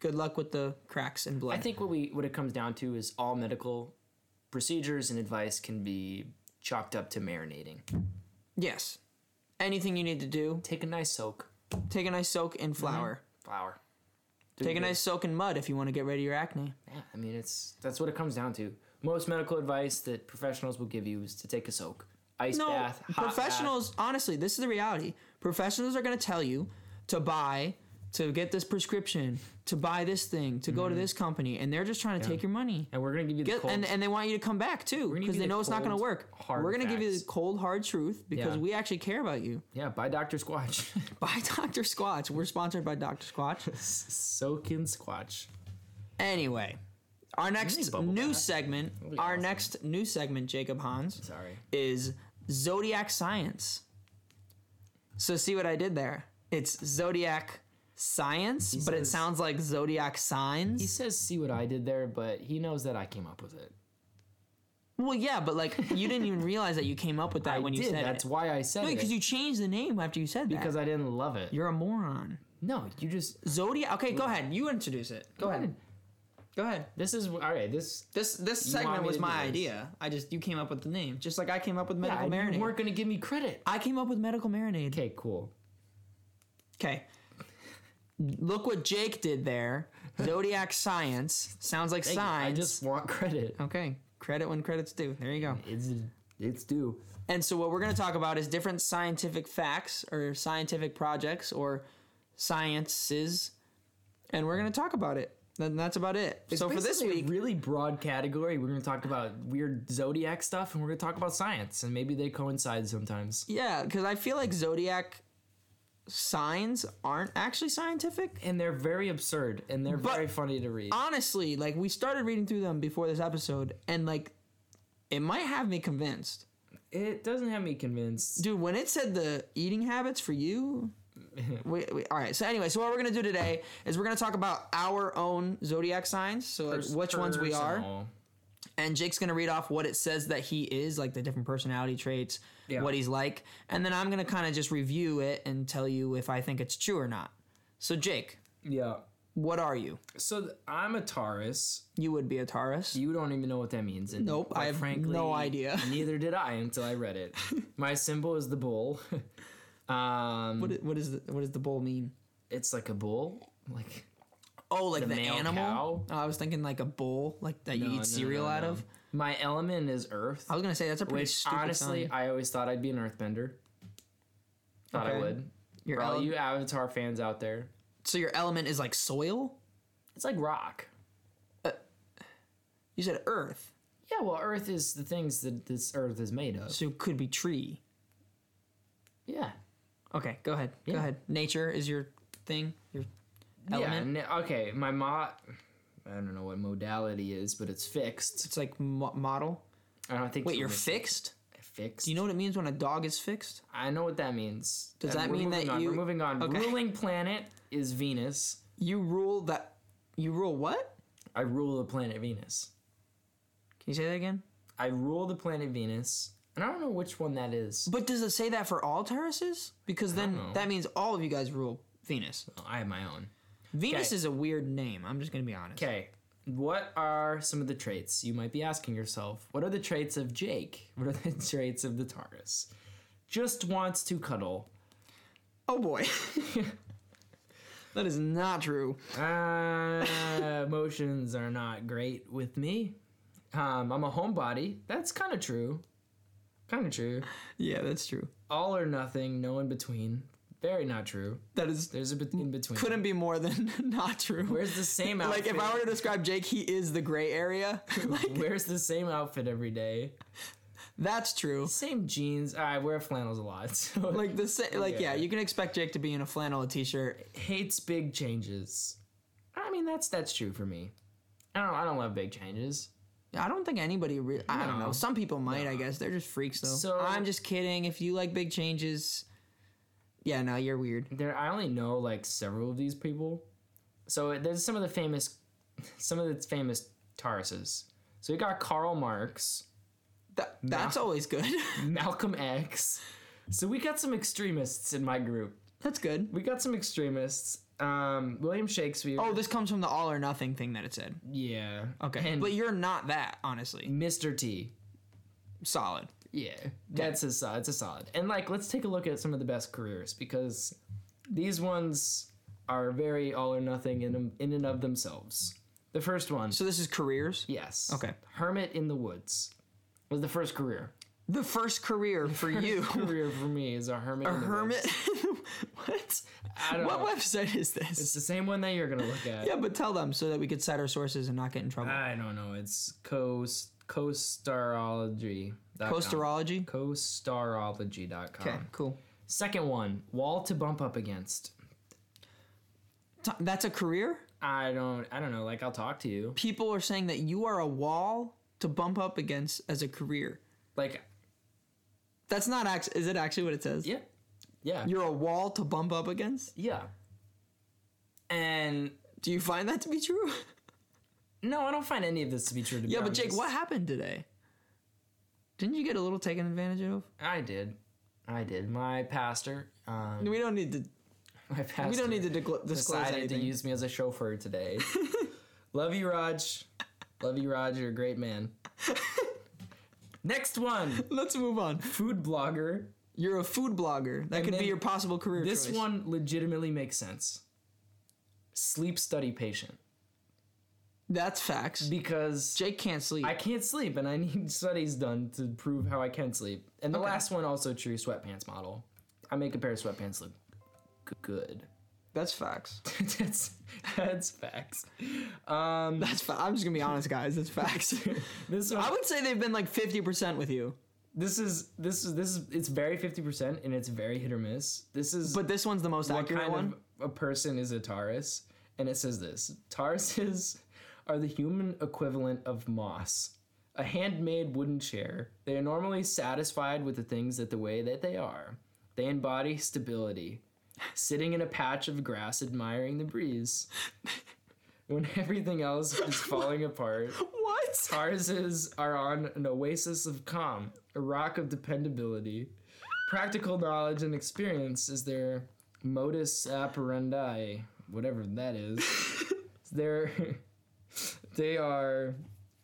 B: good luck with the cracks and blood.
A: I think what we what it comes down to is all medical procedures and advice can be chalked up to marinating.
B: yes. Anything you need to do,
A: Take a nice soak,
B: take a nice soak in flour.
A: flour.
B: Take a
A: good.
B: nice soak in mud if you want to get rid of your acne.
A: Yeah, I mean it's that's what it comes down to. Most medical advice that professionals will give you is to take a soak, ice
B: No,
A: bath, hot
B: professionals, honestly, this is the reality. Professionals are going to tell you to buy, to get this prescription, to buy this thing, to go to
A: Mm-hmm.
B: this company, and they're just trying to take your money.
A: bath, and we're gonna give you the
B: Get,
A: cold.
B: and, and they want you to come back too
A: gonna
B: because
A: give
B: they
A: you the
B: know it's not going to
A: cold,
B: work.
A: hard
B: We're going to give you the
A: facts.
B: cold, hard truth because
A: Yeah.
B: we actually care about you. *laughs*
A: yeah, buy Doctor Squatch. *laughs*
B: Buy Dr. Squatch. We're sponsored by Dr. Squatch.
A: *laughs* Soak in Squatch.
B: anyway, our next
A: bubble
B: new
A: bath.
B: segment,
A: be
B: our
A: awesome.
B: next new segment, Jacob Hans.
A: Sorry.
B: is zodiac science. So see what I did there? It's zodiac science, but it
A: says-
B: sounds like zodiac
A: He
B: signs.
A: says, "See what I did there," but he knows that I came up with it.
B: Well, yeah, but like you didn't even realize that you came up with that
A: I
B: when
A: did.
B: you said
A: that's
B: it.
A: why I said
B: No,
A: it.
B: because you changed the name after you said
A: because
B: that.
A: I didn't love it.
B: You're a moron.
A: no, you just
B: Zodiac. Okay, go ahead. You introduce it. Go ahead. Go ahead.
A: This is all right. This
B: This this
A: You want
B: segment
A: me
B: was
A: to
B: my
A: do this?
B: idea. I just you came up with the name, just like I came up with
A: yeah,
B: medical
A: you
B: marinade.
A: weren't gonna give me credit.
B: I came up with medical marinade.
A: Okay, cool.
B: Okay. Look what Jake did there. Zodiac science sounds like
A: I
B: signs.
A: just want credit.
B: okay. Credit when credit's due. There you go.
A: It's it's due.
B: And so what we're going to talk about is different scientific facts or scientific projects or sciences, and we're going to talk about it. And that's about it. so for this
A: basically
B: week,
A: a really broad category. We're gonna talk about weird zodiac stuff, and we're gonna talk about science, and maybe they coincide sometimes.
B: yeah, because I feel like zodiac signs aren't actually scientific.
A: And they're very absurd, and they're
B: But-
A: very funny to read.
B: honestly, like we started reading through them before this episode, and like it might have me convinced.
A: it doesn't have me convinced.
B: Dude, when it said the eating habits for you, we, we, all right. So anyway, so what we're gonna do today is we're gonna talk about our own zodiac signs, so like which ones we are,
A: Personal.
B: and Jake's gonna read off what it says that he is, like the different personality traits,
A: Yeah.
B: what he's like, and then I'm gonna kind of just review it and tell you if I think it's true or not. So Jake,
A: Yeah.
B: what are you?
A: So th- I'm a Taurus.
B: You would be a Taurus.
A: You don't even know what that means. And
B: Nope,
A: quite
B: I have no idea. *laughs*
A: neither did I until I read it. My symbol is the bull.
B: *laughs*
A: um,
B: What, i- what is the, what does the bull mean?
A: it's like a bull. Like
B: Oh, like the,
A: male
B: animal?
A: cow?
B: Oh, I was thinking like a bull, like that
A: No,
B: you
A: no,
B: eat cereal
A: no,
B: out
A: no.
B: of.
A: My element is earth.
B: I was gonna say that's a pretty
A: Which
B: stupid
A: honestly,
B: sign.
A: I always thought I'd be an earthbender. Thought I
B: Okay.
A: would.
B: Your
A: For all
B: ele-
A: you Avatar fans out there,
B: so your element is like soil.
A: it's like rock.
B: You said earth,
A: Yeah, well, earth is the things that this earth is made of.
B: so it could be tree.
A: Yeah.
B: Okay, go ahead. Go
A: Yeah.
B: ahead. Nature is your thing. Your element.
A: Yeah. n- Okay. My mo. I don't know what modality is, but it's fixed.
B: It's like mo- model.
A: I don't think.
B: Wait,
A: it's
B: you're
A: really-
B: fixed.
A: fixed.
B: Do you know what it means when a dog is fixed?
A: I know what that means.
B: Does that
A: we're
B: mean
A: moving
B: that
A: on.
B: you-
A: We're moving on.
B: Okay.
A: Ruling planet is Venus.
B: You rule that. You rule what?
A: I rule the planet Venus.
B: Can you say that again?
A: I rule the planet Venus, and I don't know which one that is.
B: But does it say that for all Tauruses? Because then
A: know.
B: that means all of you guys rule Venus.
A: Oh, I have my own.
B: Venus
A: Okay.
B: is a weird name. I'm just gonna be honest.
A: Okay. What are some of the traits you might be asking yourself? What are the traits of Jake? *laughs* What are the traits of the Taurus? Just wants to cuddle.
B: Oh boy. *laughs* that is not true.
A: Uh, *laughs* emotions are not great with me. Um, I'm a homebody. That's kind of true. Kind of true.
B: Yeah, that's true.
A: All or nothing, no in between. Very not true.
B: That is
A: There's a bet in between.
B: couldn't be more than *laughs* not true.
A: Where's the same outfit?
B: *laughs* like if I were
A: *laughs*
B: to describe Jake, he is the gray area. *laughs* like
A: Wears the same outfit every day.
B: That's true.
A: Same jeans. I wear flannels a lot. *laughs* So
B: Like the sa- like
A: Yeah.
B: yeah, you can expect Jake to be in a flannel, a t-shirt.
A: hates big changes. I mean, that's that's true for me. I don't I don't love big changes.
B: I don't think anybody. Re- I don't
A: No.
B: know. Some people might. I guess they're just freaks though.
A: So-
B: I'm just kidding. If you like big changes, yeah, no, you're weird.
A: There, I only know like several of these people. So there's some of the famous, *laughs* some of the famous Tauruses. So we got Karl Marx,
B: That, that's always good. *laughs*
A: Malcolm X. So we got some extremists in my group.
B: that's good.
A: We got some extremists. Um, William Shakespeare.
B: Oh, this comes from the all or nothing thing that it said.
A: yeah.
B: Okay,
A: And
B: but you're not that honestly.
A: Mr. T.
B: Solid.
A: Yeah, that's a solid. It's a solid. And like, let's take a look at some of the best careers because these ones are very all or nothing in in and of themselves. The first one,
B: So this is careers.
A: yes,
B: Okay.
A: hermit in the woods was the first career.
B: The first career for
A: *laughs*
B: you.
A: career for me is a hermit. in the
B: Hermit.
A: Woods.
B: *laughs* what?
A: I don't
B: What
A: know.
B: website is
A: It's
B: this?
A: the same one that you're gonna look at.
B: Yeah, but tell them so that we could cite our sources and not get in trouble.
A: I don't know. It's coast costarology.
B: Posterology.
A: Costarology.com.
B: Okay, cool.
A: Second one, wall to bump up against.
B: T- That's a career.
A: I don't. I don't know. Like I'll talk to you.
B: People are saying that you are a wall to bump up against as a career.
A: Like
B: That's not actually. Is it actually what it says?
A: Yeah. Yeah.
B: You're a wall to bump up against.
A: yeah. And
B: Do you find that to be true? *laughs*
A: no, I don't find any of this to be true. To be
B: yeah, but Jake,
A: honest.
B: what happened today? Didn't you get a little taken advantage of?
A: I did, I did. My pastor, um, *laughs*
B: We don't need to.
A: my pastor.
B: We don't need to diglo- disclose
A: decided
B: anything.
A: to use me as a chauffeur
B: *laughs*
A: today. Love you, Raj. Love you, Raj. You're a great
B: *laughs*
A: man. Next one,
B: Let's move on.
A: food blogger.
B: You're a food blogger. That could be
A: then
B: your possible career.
A: This
B: choice.
A: one legitimately makes sense. Sleep study patient
B: That's facts.
A: because
B: Jake can't sleep.
A: I can't sleep, and I need *laughs* studies done to prove how I can sleep. And the last one, also true, sweatpants model. I make a pair of sweatpants look g- good. *laughs*
B: That's facts.
A: that's that's facts.
B: That's fa- I'm just gonna be honest, guys. That's facts. *laughs*
A: This
B: I
A: one,
B: would say they've been like 50% with you,
A: this is this is this is it's very fifty percent, and it's very hit or miss. This is
B: but this one's the most
A: what
B: accurate
A: kind
B: one.
A: of a person is a Taurus, and it says this: Tauruses *laughs* are the human equivalent of moss. A handmade wooden chair. They are normally satisfied with the things that the way that they are. They embody stability. Sitting in a patch of grass admiring the breeze. When everything else is falling apart,
B: What?
A: Tarses are on an oasis of calm, a rock of dependability. Practical knowledge and experience is their modus operandi, whatever that
B: *laughs*
A: is. They're they are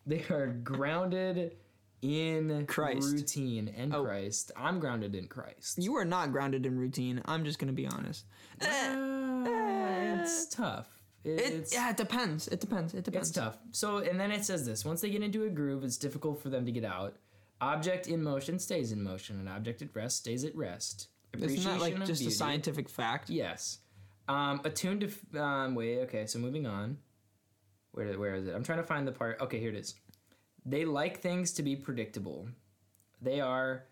A: they are grounded in
B: Christ. Oh.
A: routine and Christ. I'm grounded in Christ.
B: You are not grounded in routine. I'm just gonna be honest. Eh,
A: Uh, it's tough. It-
B: it,
A: it's
B: yeah, it depends. It depends. It depends.
A: It's tough. So, and then it says this once they get into a groove, it's difficult for them to get out. Object in motion stays in motion, and object at rest stays at rest.
B: Isn't that like
A: of
B: just a
A: beauty-
B: scientific fact?
A: Yes. Um, attuned to. f- Um, wait, okay, so moving on. Where, where is it? I'm trying to find the part. Okay, here it is. They like things to be predictable. They are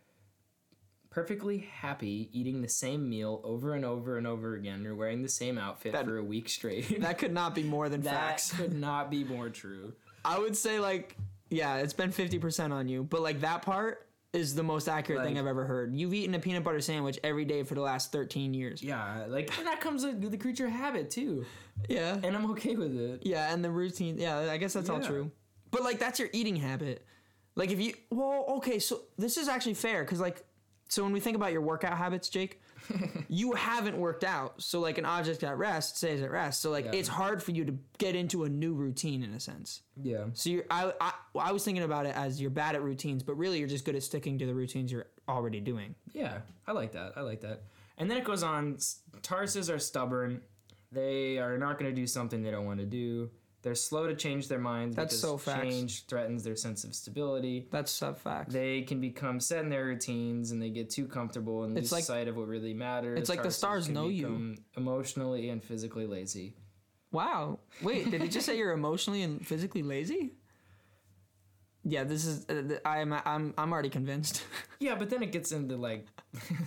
A: perfectly happy eating the same meal over and over and over again or wearing the same outfit
B: That-
A: for a week straight.
B: That could not be more
A: *laughs*
B: than
A: that
B: facts.
A: could not be more true.
B: I would say like yeah, it's been 50% on you, but like that part is the most accurate thing
A: Like-
B: I've ever heard. You've eaten a peanut butter sandwich every day for the last 13 years.
A: Yeah, like and that comes with the creature habit too,
B: Yeah.
A: and I'm okay with it.
B: Yeah, and the routine. Yeah, I guess that's all
A: Yeah.
B: true. But like, that's your eating habit. Like, if you well, okay, so this is actually fair because like, so when we think about your workout habits, Jake, you haven't worked out, so like an object at rest stays at rest. So like, it's hard for you to get into a new routine in a sense.
A: Yeah,
B: So you're, I, I I was thinking about it as you're bad at routines, but really you're just good at sticking to the routines you're already doing.
A: yeah, I like that. I like that. And then it goes on. s- Tarses are stubborn. They are not going to do something they don't want to do. They're slow to change their minds.
B: That's so facts.
A: Change threatens their sense of stability.
B: That's sub facts.
A: They can become set in their routines and they get too comfortable and lose
B: like-
A: sight of what really matters.
B: it's like the
A: Tarses
B: stars
A: can
B: know you.
A: become Emotionally and physically lazy.
B: wow. Wait, did it just say you're emotionally and physically lazy? yeah, this is. Uh, th- I'm. I'm. I'm already convinced. *laughs*
A: Yeah, but then it gets into like *laughs*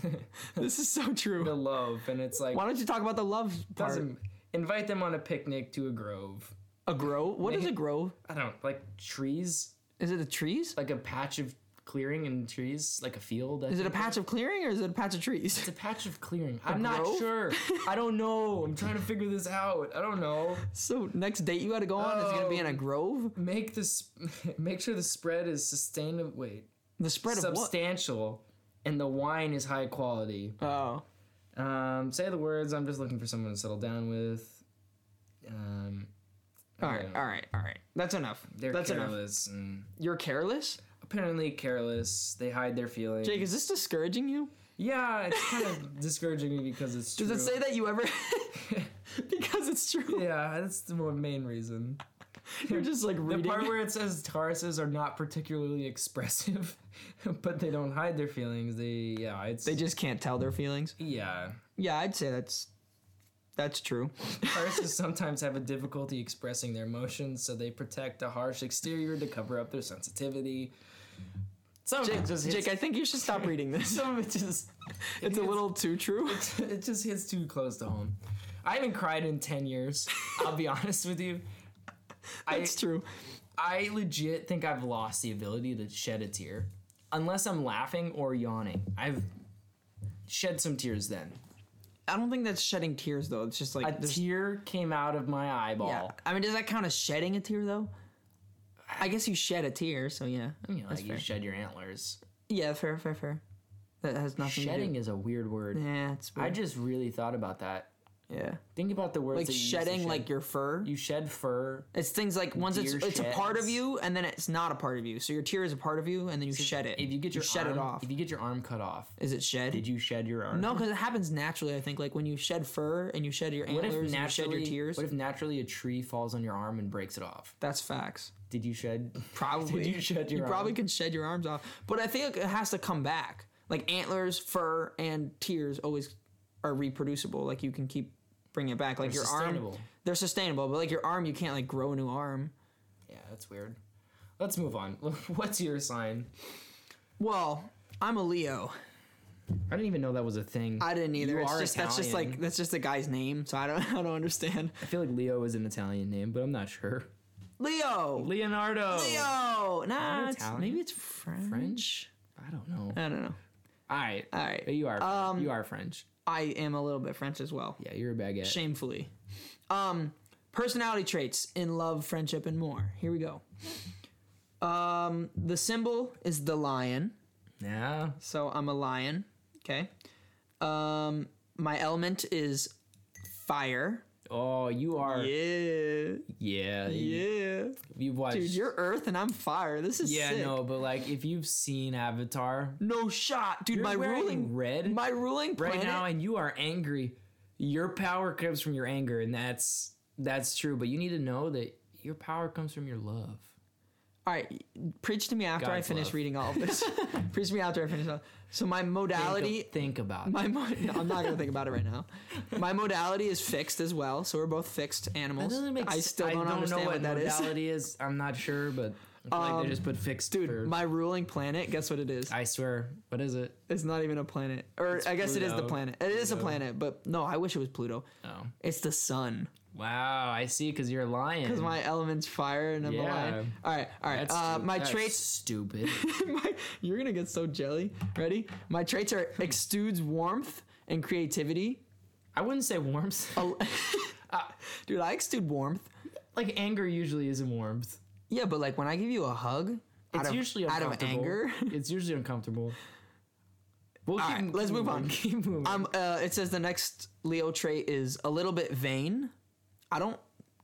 B: this is so
A: the
B: true.
A: love, and it's like
B: Why don't you talk about the love part?
A: doesn't invite them on a picnic to a grove.
B: a grove? What is a grove?
A: I don't like trees,
B: Is it the trees?
A: like a patch of clearing and trees, like a field. I
B: Is it a
A: think.
B: patch of clearing or is it a patch of trees? *laughs*
A: It's a patch of clearing. I'm not
B: grove? *laughs*
A: sure. I don't know. I'm trying to figure this out. I don't know.
B: So next date you got to go on is gonna be in
A: Oh.
B: a grove.
A: Make this. *laughs* Make sure the spread is sustainable. Wait,
B: The spread of what?
A: substantial, and the wine is high quality.
B: Oh,
A: Um, say the words. I'm just looking for someone to settle down with. Um,
B: all right, all right, all right. That's enough.
A: they're
B: That's enough.
A: careless. And
B: You're careless,
A: apparently careless. They hide their feelings.
B: Jake. Is this discouraging you?
A: Yeah, it's kind of *laughs* discouraging me because it's true.
B: Does it say that you
A: *laughs*
B: ever? *laughs* because it's true.
A: Yeah, that's the one main reason.
B: You're just like
A: The
B: reading.
A: part where it says Tauruses are not particularly *laughs* expressive, but they don't hide their feelings. They yeah, it's
B: they just can't tell their feelings.
A: *laughs* yeah.
B: Yeah, I'd say that's that's true. *laughs*
A: Tauruses sometimes have a difficulty expressing their emotions, so they protect a harsh exterior to cover up their sensitivity. Some of
B: Jake,
A: it just hits,
B: Jake, I think you should stop reading this.
A: some of it *laughs* just
B: *laughs* It's a little too true.
A: it just hits *laughs* too close to home. I haven't cried in ten years. I'll be *laughs* honest with you.
B: *laughs* That's true.
A: I legit think I've lost the ability to shed a tear, unless I'm laughing or yawning. I've shed some tears then.
B: I don't think that's shedding tears though. It's just like
A: A
B: there's-
A: tear came out of my eyeball.
B: Yeah. I mean, does that count as shedding a tear though? I guess you shed a tear, so yeah.
A: You know,
B: that's
A: like
B: fair.
A: you shed your antlers.
B: yeah, fair, fair, fair. That has nothing
A: Shedding
B: to
A: is a weird word.
B: do. Yeah, it's
A: I
B: weird.
A: just really thought about that.
B: yeah.
A: Think about the words
B: Like
A: that you used to
B: shedding
A: shed.
B: like your fur.
A: you shed fur.
B: it's things like once it's
A: Deer
B: it's a part of
A: sheds.
B: you and then it's not a part of you. So your tear is a part of you and then you shed it.
A: If you get your
B: shed
A: arm,
B: it off.
A: If you get your arm cut off,
B: is it shed?
A: did you shed your arm?
B: no, because it happens naturally. I think like when you shed fur and you shed your
A: What
B: antlers
A: if
B: and you shed
A: naturally?
B: your tears.
A: What if naturally a tree falls on your arm and breaks it off?
B: that's facts.
A: Did you shed? *laughs*
B: Probably.
A: Did you shed your
B: *laughs* You
A: arm?
B: probably could shed your arms off. But I think it has to come back. Like antlers, fur, and tears always are reproducible. Like you can keep bringing it back. Like your
A: sustainable.
B: arm, they're sustainable. But like your arm, you can't like grow a new arm.
A: Yeah, that's weird. Let's move on. *laughs* What's your sign?
B: Well, I'm a Leo.
A: I didn't even know that was a thing.
B: I didn't either.
A: You
B: it's
A: are
B: just that's just like
A: Italian.
B: that's just a guy's name. So I don't *laughs* I don't understand.
A: I feel like Leo is an Italian name, but I'm not sure.
B: Leo.
A: Leonardo.
B: Leo. Nah, it's,
A: Italian?
B: maybe it's French.
A: French? I don't know.
B: I don't know.
A: all right.
B: Uh, All right. Um,
A: But you are you are French.
B: I am a little bit French as well.
A: Yeah, you're a baguette.
B: shamefully. Um, personality traits in love, friendship, and more. Here we go. Um, the symbol is the lion,
A: Yeah.
B: so I'm a lion. Okay. Um, my element is fire.
A: Oh, you are. Yeah.
B: Yeah,
A: Mm. you-
B: yeah.
A: You've watched.
B: Dude, you're Earth and I'm fire. This is
A: yeah,
B: sick.
A: no, but like if you've seen Avatar
B: no shot, dude. my
A: wearing
B: ruling
A: red
B: My ruling
A: right
B: planet.
A: now, and you are angry, your power comes from your anger, and that's that's true. But you need to know that your power comes from your love.
B: All right, preach to me after I
A: God's
B: finish
A: love.
B: reading all
A: *laughs*
B: of this. preach to me after I finish all. So my modality
A: Think, think about. it.
B: My mo- no, I'm not gonna think about it right now. My modality is fixed as well, so we're both fixed
A: That
B: animals.
A: doesn't make
B: I
A: sense.
B: still don't, understand
A: know
B: what,
A: what,
B: that is. Um,
A: modality is. I'm not sure, but I feel like they just put fixed. for-
B: *laughs* Dude, my ruling planet. Guess what it is?
A: I swear, what is it?
B: It's not even a planet, or I guess it is the
A: Pluto.
B: planet. It is a planet, but no, I wish it was Pluto.
A: Oh,
B: It's the sun.
A: wow, I see. Because you're a lion.
B: Because my element's fire and I'm a
A: Mm. Yeah.
B: lion. All right, all right.
A: That's
B: Uh,
A: stu-
B: my
A: that's
B: traits.
A: Stupid. *laughs*
B: *laughs* my, you're gonna get so jelly. Ready? My
A: *laughs*
B: traits are exudes warmth and creativity.
A: I wouldn't say warmth.
B: *laughs* Al- Dude, I exude warmth.
A: like anger usually isn't warmth.
B: Yeah, but like when I give you a hug, out
A: It's
B: of,
A: usually
B: out
A: uncomfortable.
B: of anger. *laughs*
A: it's usually uncomfortable. We'll keep
B: right,
A: m-
B: let's
A: keep
B: move
A: moving, *laughs*
B: on.
A: Keep moving.
B: Um, uh, it says the next Leo trait is a little bit vain. I don't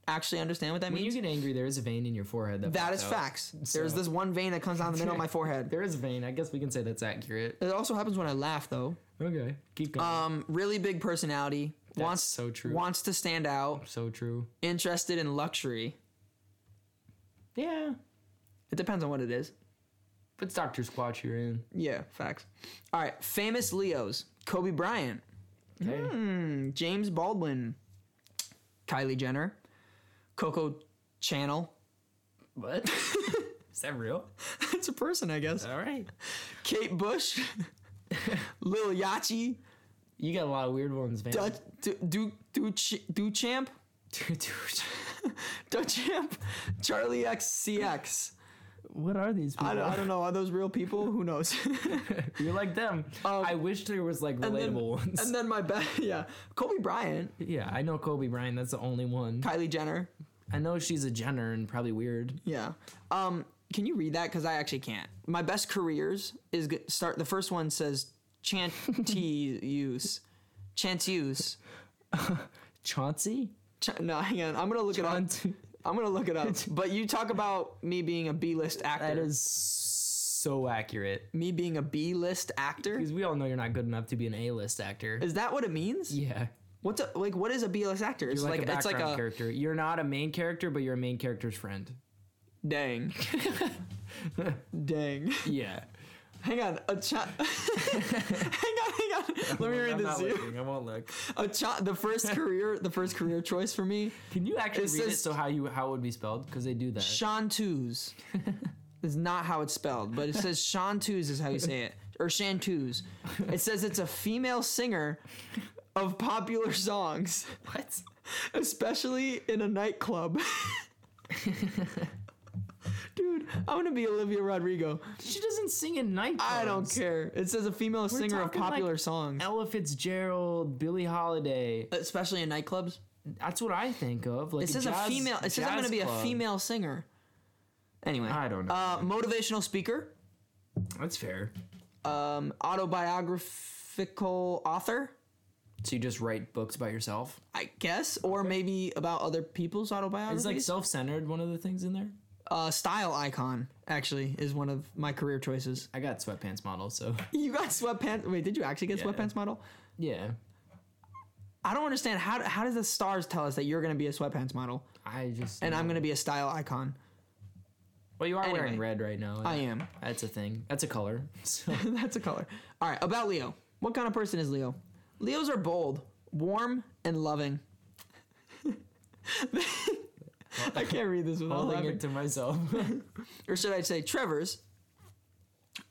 B: actually understand what that
A: when you
B: means.
A: get angry, there is a vein in your forehead. That,
B: That
A: pops
B: is
A: out.
B: facts. There's this one vein that comes down the middle
A: *laughs*
B: of my forehead.
A: There is a vein. I guess we can say that's accurate.
B: It also happens when I laugh, though.
A: Okay, keep going.
B: Um, really big personality. wants
A: so true.
B: Wants to stand out.
A: so true.
B: Interested in luxury.
A: Yeah,
B: It depends on what it is.
A: but it's Doctor Squatch you're in.
B: Yeah, facts. All right, famous Leos: Kobe Bryant, Hmm.
A: Okay.
B: James Baldwin, Kylie Jenner, Coco Channel.
A: What? *laughs* Is that real?
B: *laughs* it's a person, I guess.
A: All right.
B: Kate Bush, *laughs* Lil Yachty,
A: You got a lot of weird ones, man.
B: Dutch, Du- Du- Duch- Duchamp,
A: *laughs*
B: *laughs*
A: Dude,
B: Duchamp, Charlie XCX.
A: what are these people?
B: I don't, I don't know. Are those real people? Who knows? *laughs*
A: You're like them. I wish there was like relatable
B: Um, and then,
A: ones. *laughs*
B: And then my best, *laughs* yeah, Kobe Bryant,
A: yeah, I know Kobe Bryant. That's the only one.
B: Kylie Jenner.
A: I know she's a Jenner and probably weird.
B: Yeah. Um, can you read that? Because I actually can't. My best careers is g- start. The first one says chant *laughs* use, chance use. *laughs*
A: Chauncey?
B: Ch- no, hang on. I'm gonna look it
A: Chauncey.
B: up. I'm gonna look
A: *laughs*
B: it up. But you talk about me being a B-list actor.
A: That is so accurate.
B: me being a B-list actor.
A: Because we all know you're not good enough to be an A-list actor.
B: Is that what it means?
A: yeah.
B: What's a, like? What is a B-list actor? It's
A: You're like,
B: like,
A: a
B: it's
A: background
B: like a
A: character. You're not a main character, but you're a main character's friend.
B: dang,
A: *laughs*
B: dang.
A: Yeah.
B: Hang on,
A: *laughs*
B: a cha- *laughs* hang on, hang on. Let me read
A: I'm
B: this.
A: not
B: to you.
A: looking. I won't look.
B: A cha-
A: *laughs*
B: the first career, the first career choice for me,
A: Can you actually
B: It
A: read it
B: says-
A: so how you how it would be spelled? Because they do that.
B: Shantus. is not how it's spelled, but it says Shantus is how you say it, or Shantus. It says it's a female singer of popular songs,
A: what?
B: especially in a nightclub. *laughs* Dude, I'm gonna be Olivia Rodrigo.
A: She doesn't sing in night.
B: I don't care. It says a female singer of
A: talking, like,
B: popular songs,
A: Ella Fitzgerald, Billie Holiday.
B: especially in nightclubs.
A: That's what I think of. Like
B: It says
A: jazz-
B: a female. It says I'm going
A: jazz
B: to be a
A: club.
B: female singer. Anyway,
A: I don't know.
B: Uh, motivational speaker,
A: That's fair.
B: um, autobiographical author,
A: So you just write books about yourself.
B: I guess, or maybe about other people's
A: Is
B: autobiographies.
A: like self-centered one of the things in there?
B: uh, style icon actually is one of my career choices.
A: I got sweatpants model, so
B: *laughs*
A: *laughs*
B: You got sweatpants. Wait, did you actually get
A: Yeah.
B: sweatpants model?
A: yeah.
B: I don't understand how how does the stars tell us that you're going to be a sweatpants model
A: I just
B: and I'm going to be a style icon?
A: Well, you are wearing
B: Anyway.
A: red right now.
B: I am.
A: That's a thing. That's a color. *laughs* So
B: *laughs* That's a color. All right, about Leo. What kind of person is Leo? Leos are bold, warm, and loving. *laughs* I can't read this without
A: holding
B: laughing.
A: it to
B: *laughs*
A: myself.
B: or should I say, Trevor's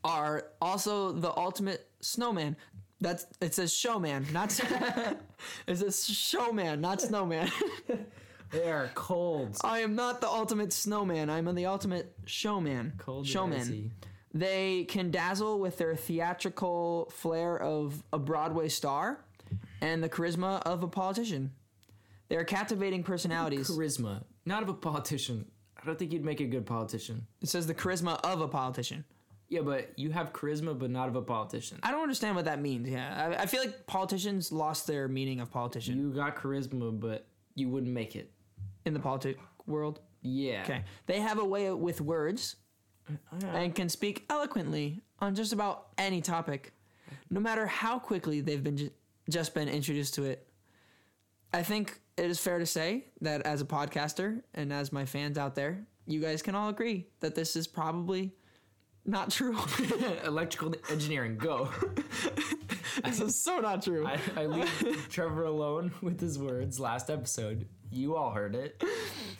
B: are also the ultimate snowman. That's it says showman, not *laughs* s- it says showman, not snowman. *laughs*
A: they are cold.
B: I am not the ultimate snowman. I am the ultimate showman.
A: Cold and
B: showman.
A: icy.
B: They can dazzle with their theatrical flair of a Broadway star and the charisma of a politician. They are captivating personalities.
A: Charisma, not of a politician. I don't think you'd make a good politician.
B: It says the charisma of a politician.
A: Yeah, but you have charisma, but not of a politician.
B: I don't understand what that means. Yeah, I, I feel like politicians lost their meaning of politician
A: You got charisma, but you wouldn't make it.
B: in the politic world.
A: Yeah.
B: Okay, they have a way with words
A: Yeah.
B: and can speak eloquently on just about any topic, no matter how quickly they've been ju- just been introduced to it. I think it is fair to say that as a podcaster and as my fans out there, you guys can all agree that this is probably not true.
A: *laughs*
B: *laughs*
A: Electrical engineering, go.
B: this is so not true.
A: I, I
B: *laughs*
A: leave Trevor alone with his words last episode. You all heard it.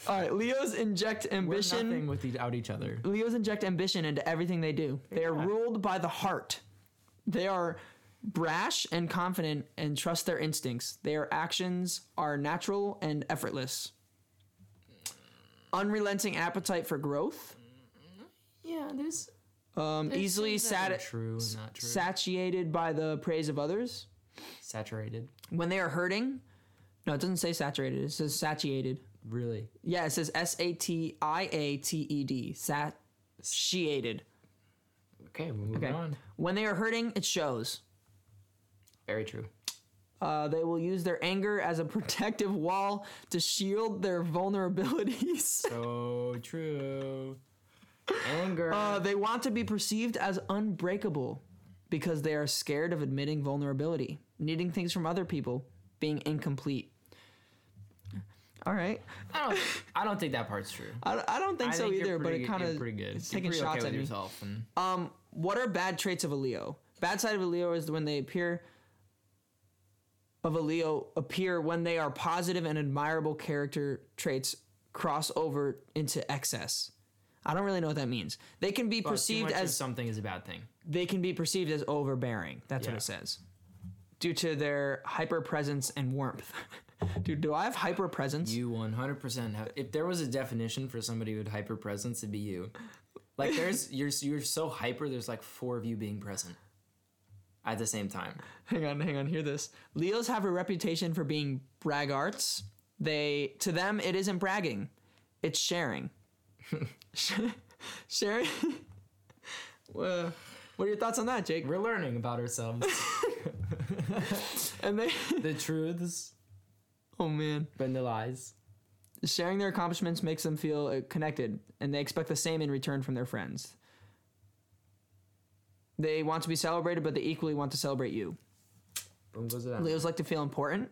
B: all right, Leos inject
A: We're
B: ambition.
A: nothing with each, out each other.
B: Leos inject ambition into everything they do. They are ruled by the heart. They are brash and confident and trust their instincts. Their actions are natural and effortless. Unrelenting appetite for growth.
A: Yeah, there's
B: Um, easily sati-
A: true, and not true,
B: satiated by the praise of others.
A: saturated.
B: When they are hurting, no, it doesn't say saturated. It says satiated.
A: Really,
B: Yeah, it says S A T I A T E D. Satiated.
A: okay. We're moving
B: Okay.
A: on.
B: When they are hurting, it shows.
A: Very true.
B: Uh, they will use their anger as a protective wall to shield their vulnerabilities. *laughs*
A: So true. Anger.
B: Uh, they want to be perceived as unbreakable because they are scared of admitting vulnerability, needing things from other people, being incomplete. All right.
A: I don't. I don't think that part's true.
B: I, I don't think
A: I
B: so
A: think you're
B: either, but
A: pretty good-
B: it kind
A: you're
B: of
A: pretty good.
B: it's
A: You're
B: taking
A: pretty okay
B: shots
A: with
B: at me.
A: yourself. And
B: Um, what are bad traits of a Leo? Bad side of a Leo is when they appear of a Leo appear when they are positive and admirable character traits cross over into excess. I don't really know what that means. They can be
A: But too
B: perceived
A: much of
B: as
A: something is a bad thing.
B: they can be perceived as overbearing. That's
A: Yeah.
B: what it says. Due to their hyper presence and warmth. *laughs* Dude, do I have hyper presence?
A: You 100% have. If there was a definition for somebody with hyper presence, it'd be you. Like there's you're you're so hyper. There's like four of you being present at the same time.
B: hang on, hang on, hear this. Leos have a reputation for being braggarts. They to them it isn't bragging. It's sharing. *laughs* sharing Well, what are your thoughts on that, Jake?
A: We're learning about ourselves,
B: And they *laughs*
A: the truths,
B: Oh man.
A: but the lies.
B: Sharing their accomplishments makes them feel uh, connected, and they expect the same in return from their friends. They want to be celebrated, but they equally want to celebrate you.
A: Boom goes it out.
B: Leos like to feel important.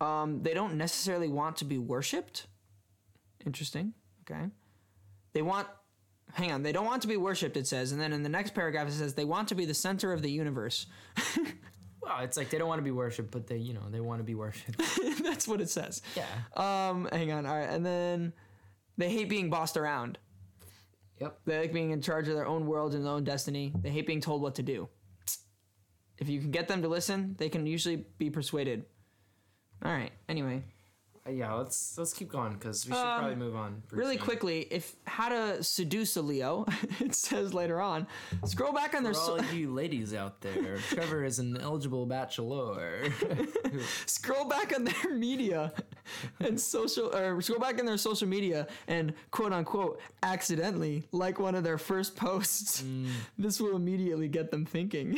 B: Um, they don't necessarily want to be worshipped. Interesting. Okay. They want, hang on, they don't want to be worshipped, it says. And then in the next paragraph, it says they want to be the center of the universe.
A: Well, it's like they don't want to be worshipped, but they you know they want to be worshipped.
B: *laughs* That's what it says.
A: Yeah.
B: Um, hang on. All right, and then they hate being bossed around.
A: Yep.
B: They like being in charge of their own world and their own destiny. They hate being told what to do. If you can get them to listen, they can usually be persuaded. All right. Anyway,
A: Uh, Yeah. Let's let's keep going because we should probably move on. pretty
B: really
A: soon.
B: quickly, if how to seduce a Leo, *laughs* it says later on. Scroll back on their
A: For
B: so-
A: all you ladies out there, Trevor is an eligible bachelor.
B: scroll back on their *laughs* media and social or scroll back in their social media and quote unquote accidentally like one of their first posts this will immediately get them thinking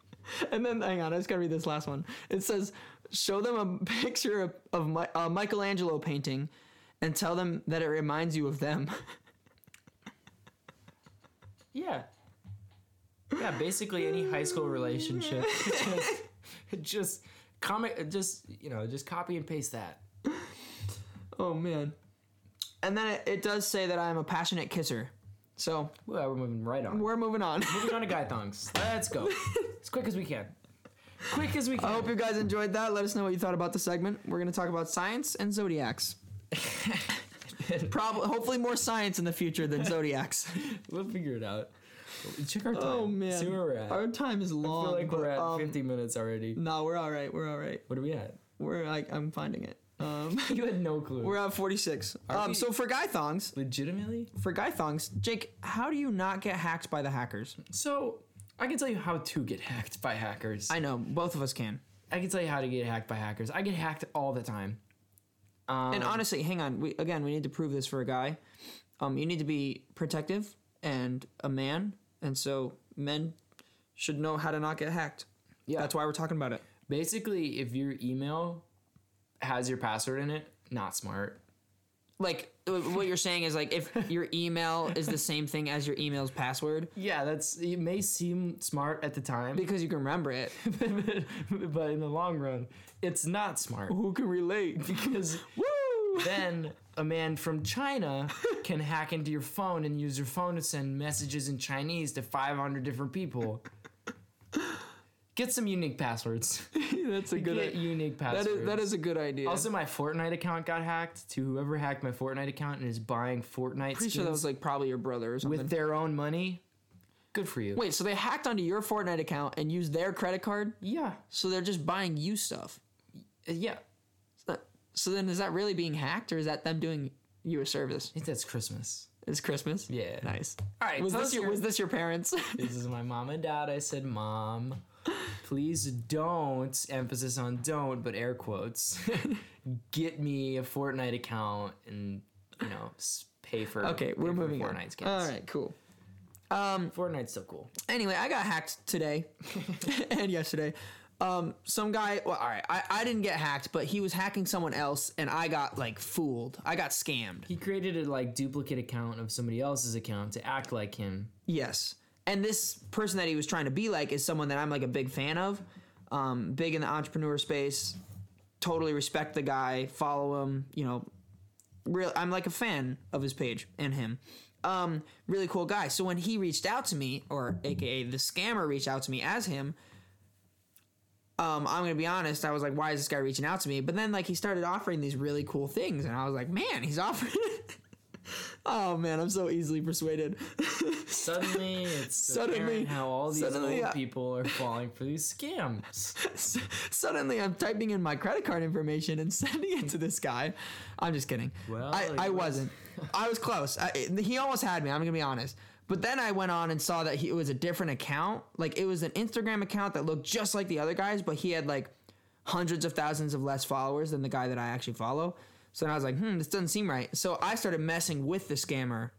B: *laughs* and then hang on i just gotta read this last one it says show them a picture of, of Mi- a michelangelo painting and tell them that it reminds you of them *laughs*
A: Yeah. Yeah, basically any high school
B: *laughs*
A: relationship. just, just comic, just you know, just copy and paste that.
B: oh man and then it, it does say that i'm a passionate kisser so
A: Well, we're moving right on.
B: we're moving on *laughs*
A: Moving on to guy thongs. Let's go as quick as we can. Quick as we can.
B: I hope you guys enjoyed that. Let us know what you thought about the segment. We're going to talk about science
A: *laughs*
B: and zodiacs. Probably, hopefully, more science in the future
A: *laughs*
B: than zodiacs.
A: we'll figure it out. Check our time. See where we're at.
B: our time is
A: I
B: long.
A: feel like
B: but,
A: we're at
B: Oh, um,
A: 50 minutes already.
B: No, we're all right. We're all right.
A: What are we at?
B: We're like, I'm finding it. Um, *laughs*
A: You had no clue.
B: we're at 46. Um,
A: we-
B: so for guy thongs,
A: legitimately.
B: for guy thongs, Jake, how do you not get hacked by the hackers?
A: So I can tell you how to get hacked by hackers.
B: I know both of us can.
A: I can tell you how to get hacked by hackers. I get hacked all the time. Um,
B: And honestly, hang on. We again, we need to prove this for a guy. Um, you need to be protective and a man, and so men should know how to not get hacked.
A: Yeah.
B: that's why we're talking about it.
A: basically, if your email has your password in it, not smart.
B: Like w- what you're saying is like if *laughs* your email is the same thing as your email's password
A: Yeah, that's it may seem smart at the time, *laughs*
B: because you can remember it.
A: but in the long run, it's not *laughs* smart
B: *laughs* Who can relate?
A: because
B: Woo!
A: then a man from China can hack into your phone and use your phone to send messages in Chinese to 500 different people. Get some unique *laughs* passwords.
B: *laughs* that's a good.
A: Get
B: idea.
A: unique
B: That
A: passwords.
B: is that is a good idea.
A: Also, my Fortnite account got hacked. To whoever hacked my Fortnite account and is buying Fortnite
B: pretty
A: skins
B: sure that was like probably your brother or something.
A: with their own money, good for you.
B: Wait, so they hacked onto your Fortnite account and used their credit card,
A: Yeah,
B: so they're just buying you stuff.
A: Uh, yeah.
B: Uh, So then, is that really being hacked, or is that them doing you a service?
A: I think that's Christmas.
B: It's Christmas.
A: Yeah.
B: Nice.
A: All right.
B: was
A: tell
B: this
A: us
B: your,
A: your-
B: was this your parents? *laughs*
A: this is my mom and dad. I said, Mom, please don't, emphasis on don't, but air
B: *laughs*
A: quotes, get me a Fortnite account and, you know, s- pay for
B: okay,
A: pay
B: we're
A: for
B: moving
A: Fortnite
B: on.
A: skins.
B: All right, cool.
A: Fortnite's so cool.
B: Anyway, I got hacked today *laughs* and yesterday. Um, some guy. Well, all right, I, I didn't get hacked, but he was hacking someone else, and I got like fooled. I got scammed.
A: He created a like duplicate account of somebody else's account to act like him.
B: Yes. And this person that he was trying to be like is someone that I'm like a big fan of, um, big in the entrepreneur space. Totally respect the guy, follow him. You know, real. I'm like a fan of his page and him. Um, really cool guy. So when he reached out to me, or AKA the scammer reached out to me as him, um, I'm gonna be honest, I was like, why is this guy reaching out to me? But then like he started offering these really cool things, and I was like, man, he's *laughs* offering. oh man, I'm so easily persuaded.
A: Suddenly, it's
B: *laughs* Suddenly-
A: apparent how all these
B: suddenly
A: old
B: I-
A: people are falling for these scams.
B: S- *laughs* suddenly I'm typing in my credit card information and *laughs* sending it to this guy. I'm just kidding.
A: Well,
B: I,
A: you
B: I
A: were- *laughs*
B: wasn't. I was close. I, it- he almost had me. I'm gonna be honest. But then I went on and saw that he, it was a different account. Like it was an Instagram account that looked just like the other guys, but he had like hundreds of thousands of less followers than the guy that I actually follow. So then I was like, hmm, this doesn't seem right. So I started messing with the scammer.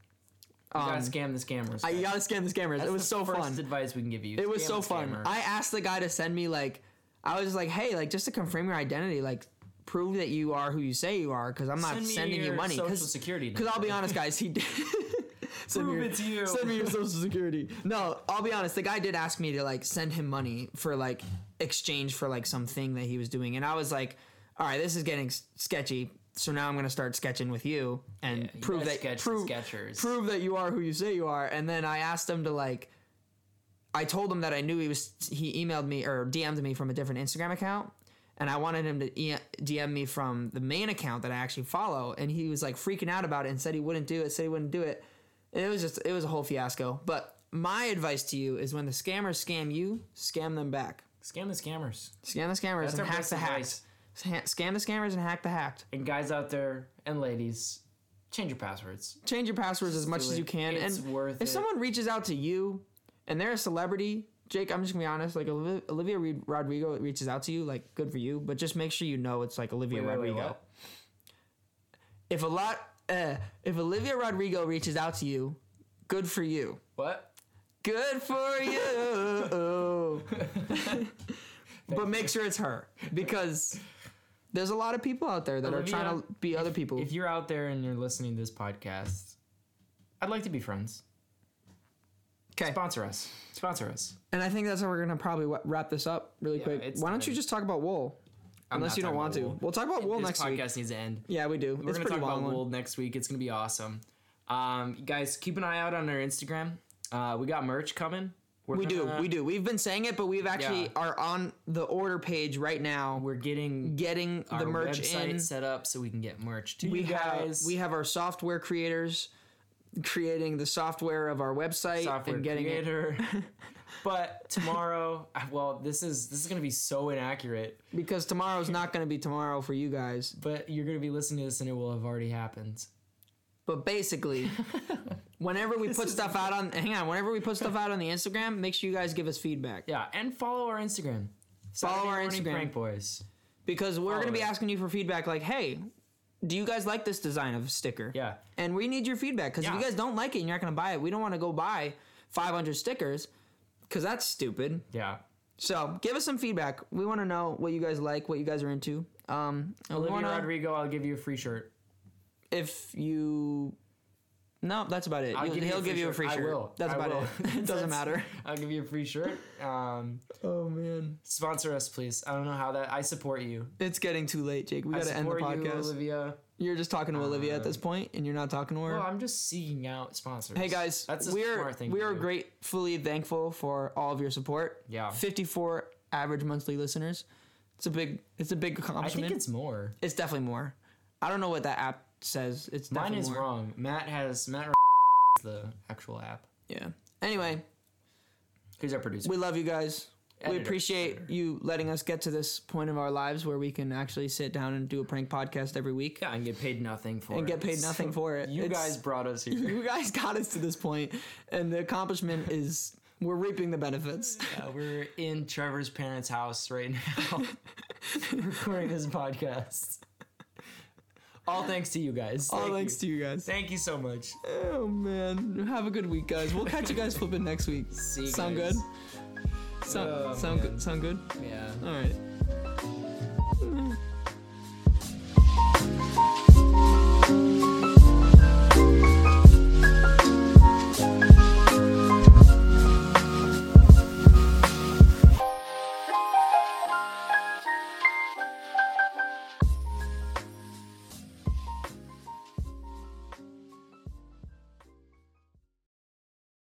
A: You gotta scam the scammers.
B: Um, I,
A: guys.
B: you gotta scam the scammers.
A: That's
B: it was
A: the
B: so
A: first
B: fun.
A: advice we can give you.
B: It was
A: Scam
B: so
A: the
B: fun.
A: scammer.
B: I asked the guy to send me like, I was just like, hey, like just to confirm your identity, like prove that you are who you say you are, because I'm not
A: Send me
B: sending you
A: your
B: money.
A: Social Security
B: Because I'll be
A: number.
B: honest, guys, he did. *laughs* send
A: Prove
B: me your,
A: it's you.
B: Send me your social security. No, I'll be honest. The guy did ask me to like send him money for like exchange for like something that he was doing, and I was like, all right, this is getting s- sketchy. So now I'm gonna start sketching with you and
A: you
B: prove
A: gotta
B: that
A: sketch the
B: prove
A: sketchers.
B: prove that you are who you say you are. And then I asked him to like I told him that I knew he was. He emailed me or DM'd me from a different Instagram account, and I wanted him to e- DM me from the main account that I actually follow. And he was like freaking out about it and said he wouldn't do it. Said he wouldn't do it. And it was just it was a whole fiasco. But my advice to you is when the scammers scam you, scam them back.
A: Scam the scammers.
B: Scam the scammers
A: That's
B: and
A: our
B: hack
A: best
B: the hacked.
A: advice.
B: Ha- Scam the scammers and hack the hacked.
A: And guys out there and ladies, change your passwords.
B: Change your passwords as much
A: do
B: as
A: it.
B: you can.
A: It's
B: and
A: worth
B: if
A: it.
B: someone reaches out to you and they're a celebrity, Jake, I'm just gonna be honest. Like Olivia, Olivia Re- Rodrigo reaches out to you, like good for you, but just make sure you know it's like Olivia
A: Wait, wait, wait,
B: Rodrigo.
A: what?
B: if a lot, uh, if Olivia Rodrigo reaches out to you, good for you.
A: What?
B: Good
A: *laughs*
B: for you. *laughs* but make sure it's her because there's a lot of people out there that are trying
A: Olivia,
B: to be other people.
A: If you're out there and you're listening to this podcast, I'd like to be friends.
B: Okay.
A: Sponsor us. Sponsor us.
B: And I think that's how we're gonna probably wa- wrap this up really quick.
A: it's
B: Why don't
A: time.
B: you just talk about wool? Unless
A: not
B: you don't
A: talking
B: want
A: about
B: to,
A: wool.
B: we'll talk about wool
A: this
B: next
A: podcast
B: week.
A: needs to end.
B: Yeah, we do.
A: We're
B: it's a
A: gonna
B: pretty
A: talk
B: long
A: about
B: one.
A: Wold next week. It's gonna be awesome. Um, you guys, keep an eye out on our Instagram. Uh, we got merch coming. We're *laughs*
B: We do,
A: gonna-
B: we do. We've been saying it, but we've actually
A: Yeah.
B: are on the order page right now,
A: We're getting
B: getting
A: our
B: the merch
A: website
B: in.
A: set up so we can get merch to
B: We
A: you guys.
B: have we have our software creators creating the software of our website
A: software
B: and getting it. *laughs*
A: creator. *laughs* but tomorrow, well, this is this is gonna be so inaccurate.
B: Because tomorrow's not going to be tomorrow for you guys.
A: But you're gonna be listening to this, and it will have already happened. *laughs*
B: But basically, whenever we put stuff out on, hang on, whenever we put stuff out on the Instagram, make sure you guys give us feedback.
A: Yeah, and follow our Instagram.
B: Follow our
A: Morning
B: Instagram.
A: Prank Boys.
B: because we're going to be
A: it.
B: asking you for feedback like hey do you guys like this design of sticker
A: Yeah.
B: and we need your feedback because if
A: Yeah.
B: you guys don't like it and you're not going to buy it we don't want to go buy 500 stickers because that's stupid
A: Yeah.
B: so give us some feedback we want to know what you guys like what you guys are into um and we
A: Olivia
B: wanna-
A: Rodrigo, I'll give you a free shirt.
B: if you no that's about it
A: I'll
B: You'll-
A: give you
B: he'll
A: a free
B: give you a
A: shirt.
B: free
A: I
B: shirt
A: will.
B: that's
A: I
B: about
A: will.
B: it *laughs* it doesn't
A: That's-
B: matter
A: *laughs* I'll give you a free shirt. Um,
B: oh man
A: sponsor us, please. I don't know how that. I support you.
B: it's getting too late jake we
A: I
B: gotta end the
A: support you,
B: podcast
A: Olivia. Uh,
B: you, are just talking to olivia at this point and you're not talking to her
A: Well, I'm just seeking out sponsors.
B: Hey guys,
A: that's a
B: we are
A: smart thing.
B: we
A: to
B: are
A: do.
B: gratefully thankful for all of your support.
A: Yeah.
B: 54 average monthly listeners. It's a big it's a big
A: I think
B: accomplishment. it's,
A: it's more.
B: definitely more. I don't know what that app says. It's
A: Mine
B: definitely
A: is
B: more.
A: wrong. Matt has Matt is the actual app.
B: Yeah. Anyway,
A: He's our producer.
B: we love you guys. we
A: Editor,
B: appreciate
A: editor.
B: you letting us get to this point of our lives where we can actually sit down and do a prank podcast every week.
A: yeah, and get paid nothing for it.
B: And get paid nothing for
A: *laughs*
B: it.
A: You
B: It's-
A: guys brought us here.
B: *laughs* You guys got us to this point and the accomplishment is we're reaping
A: *laughs*
B: the benefits.
A: Uh, we're in Trevor's parents' house right
B: *laughs*
A: now, recording this podcast. All thanks to you guys.
B: All
A: Thank
B: thanks
A: you.
B: to you guys.
A: Thank you so much.
B: Oh man, have a good week, guys. We'll catch you guys flipping next week.
A: See you
B: sound
A: guys.
B: good? Sound
A: Oh,
B: sound
A: man.
B: good? Sound good?
A: Yeah.
B: All right.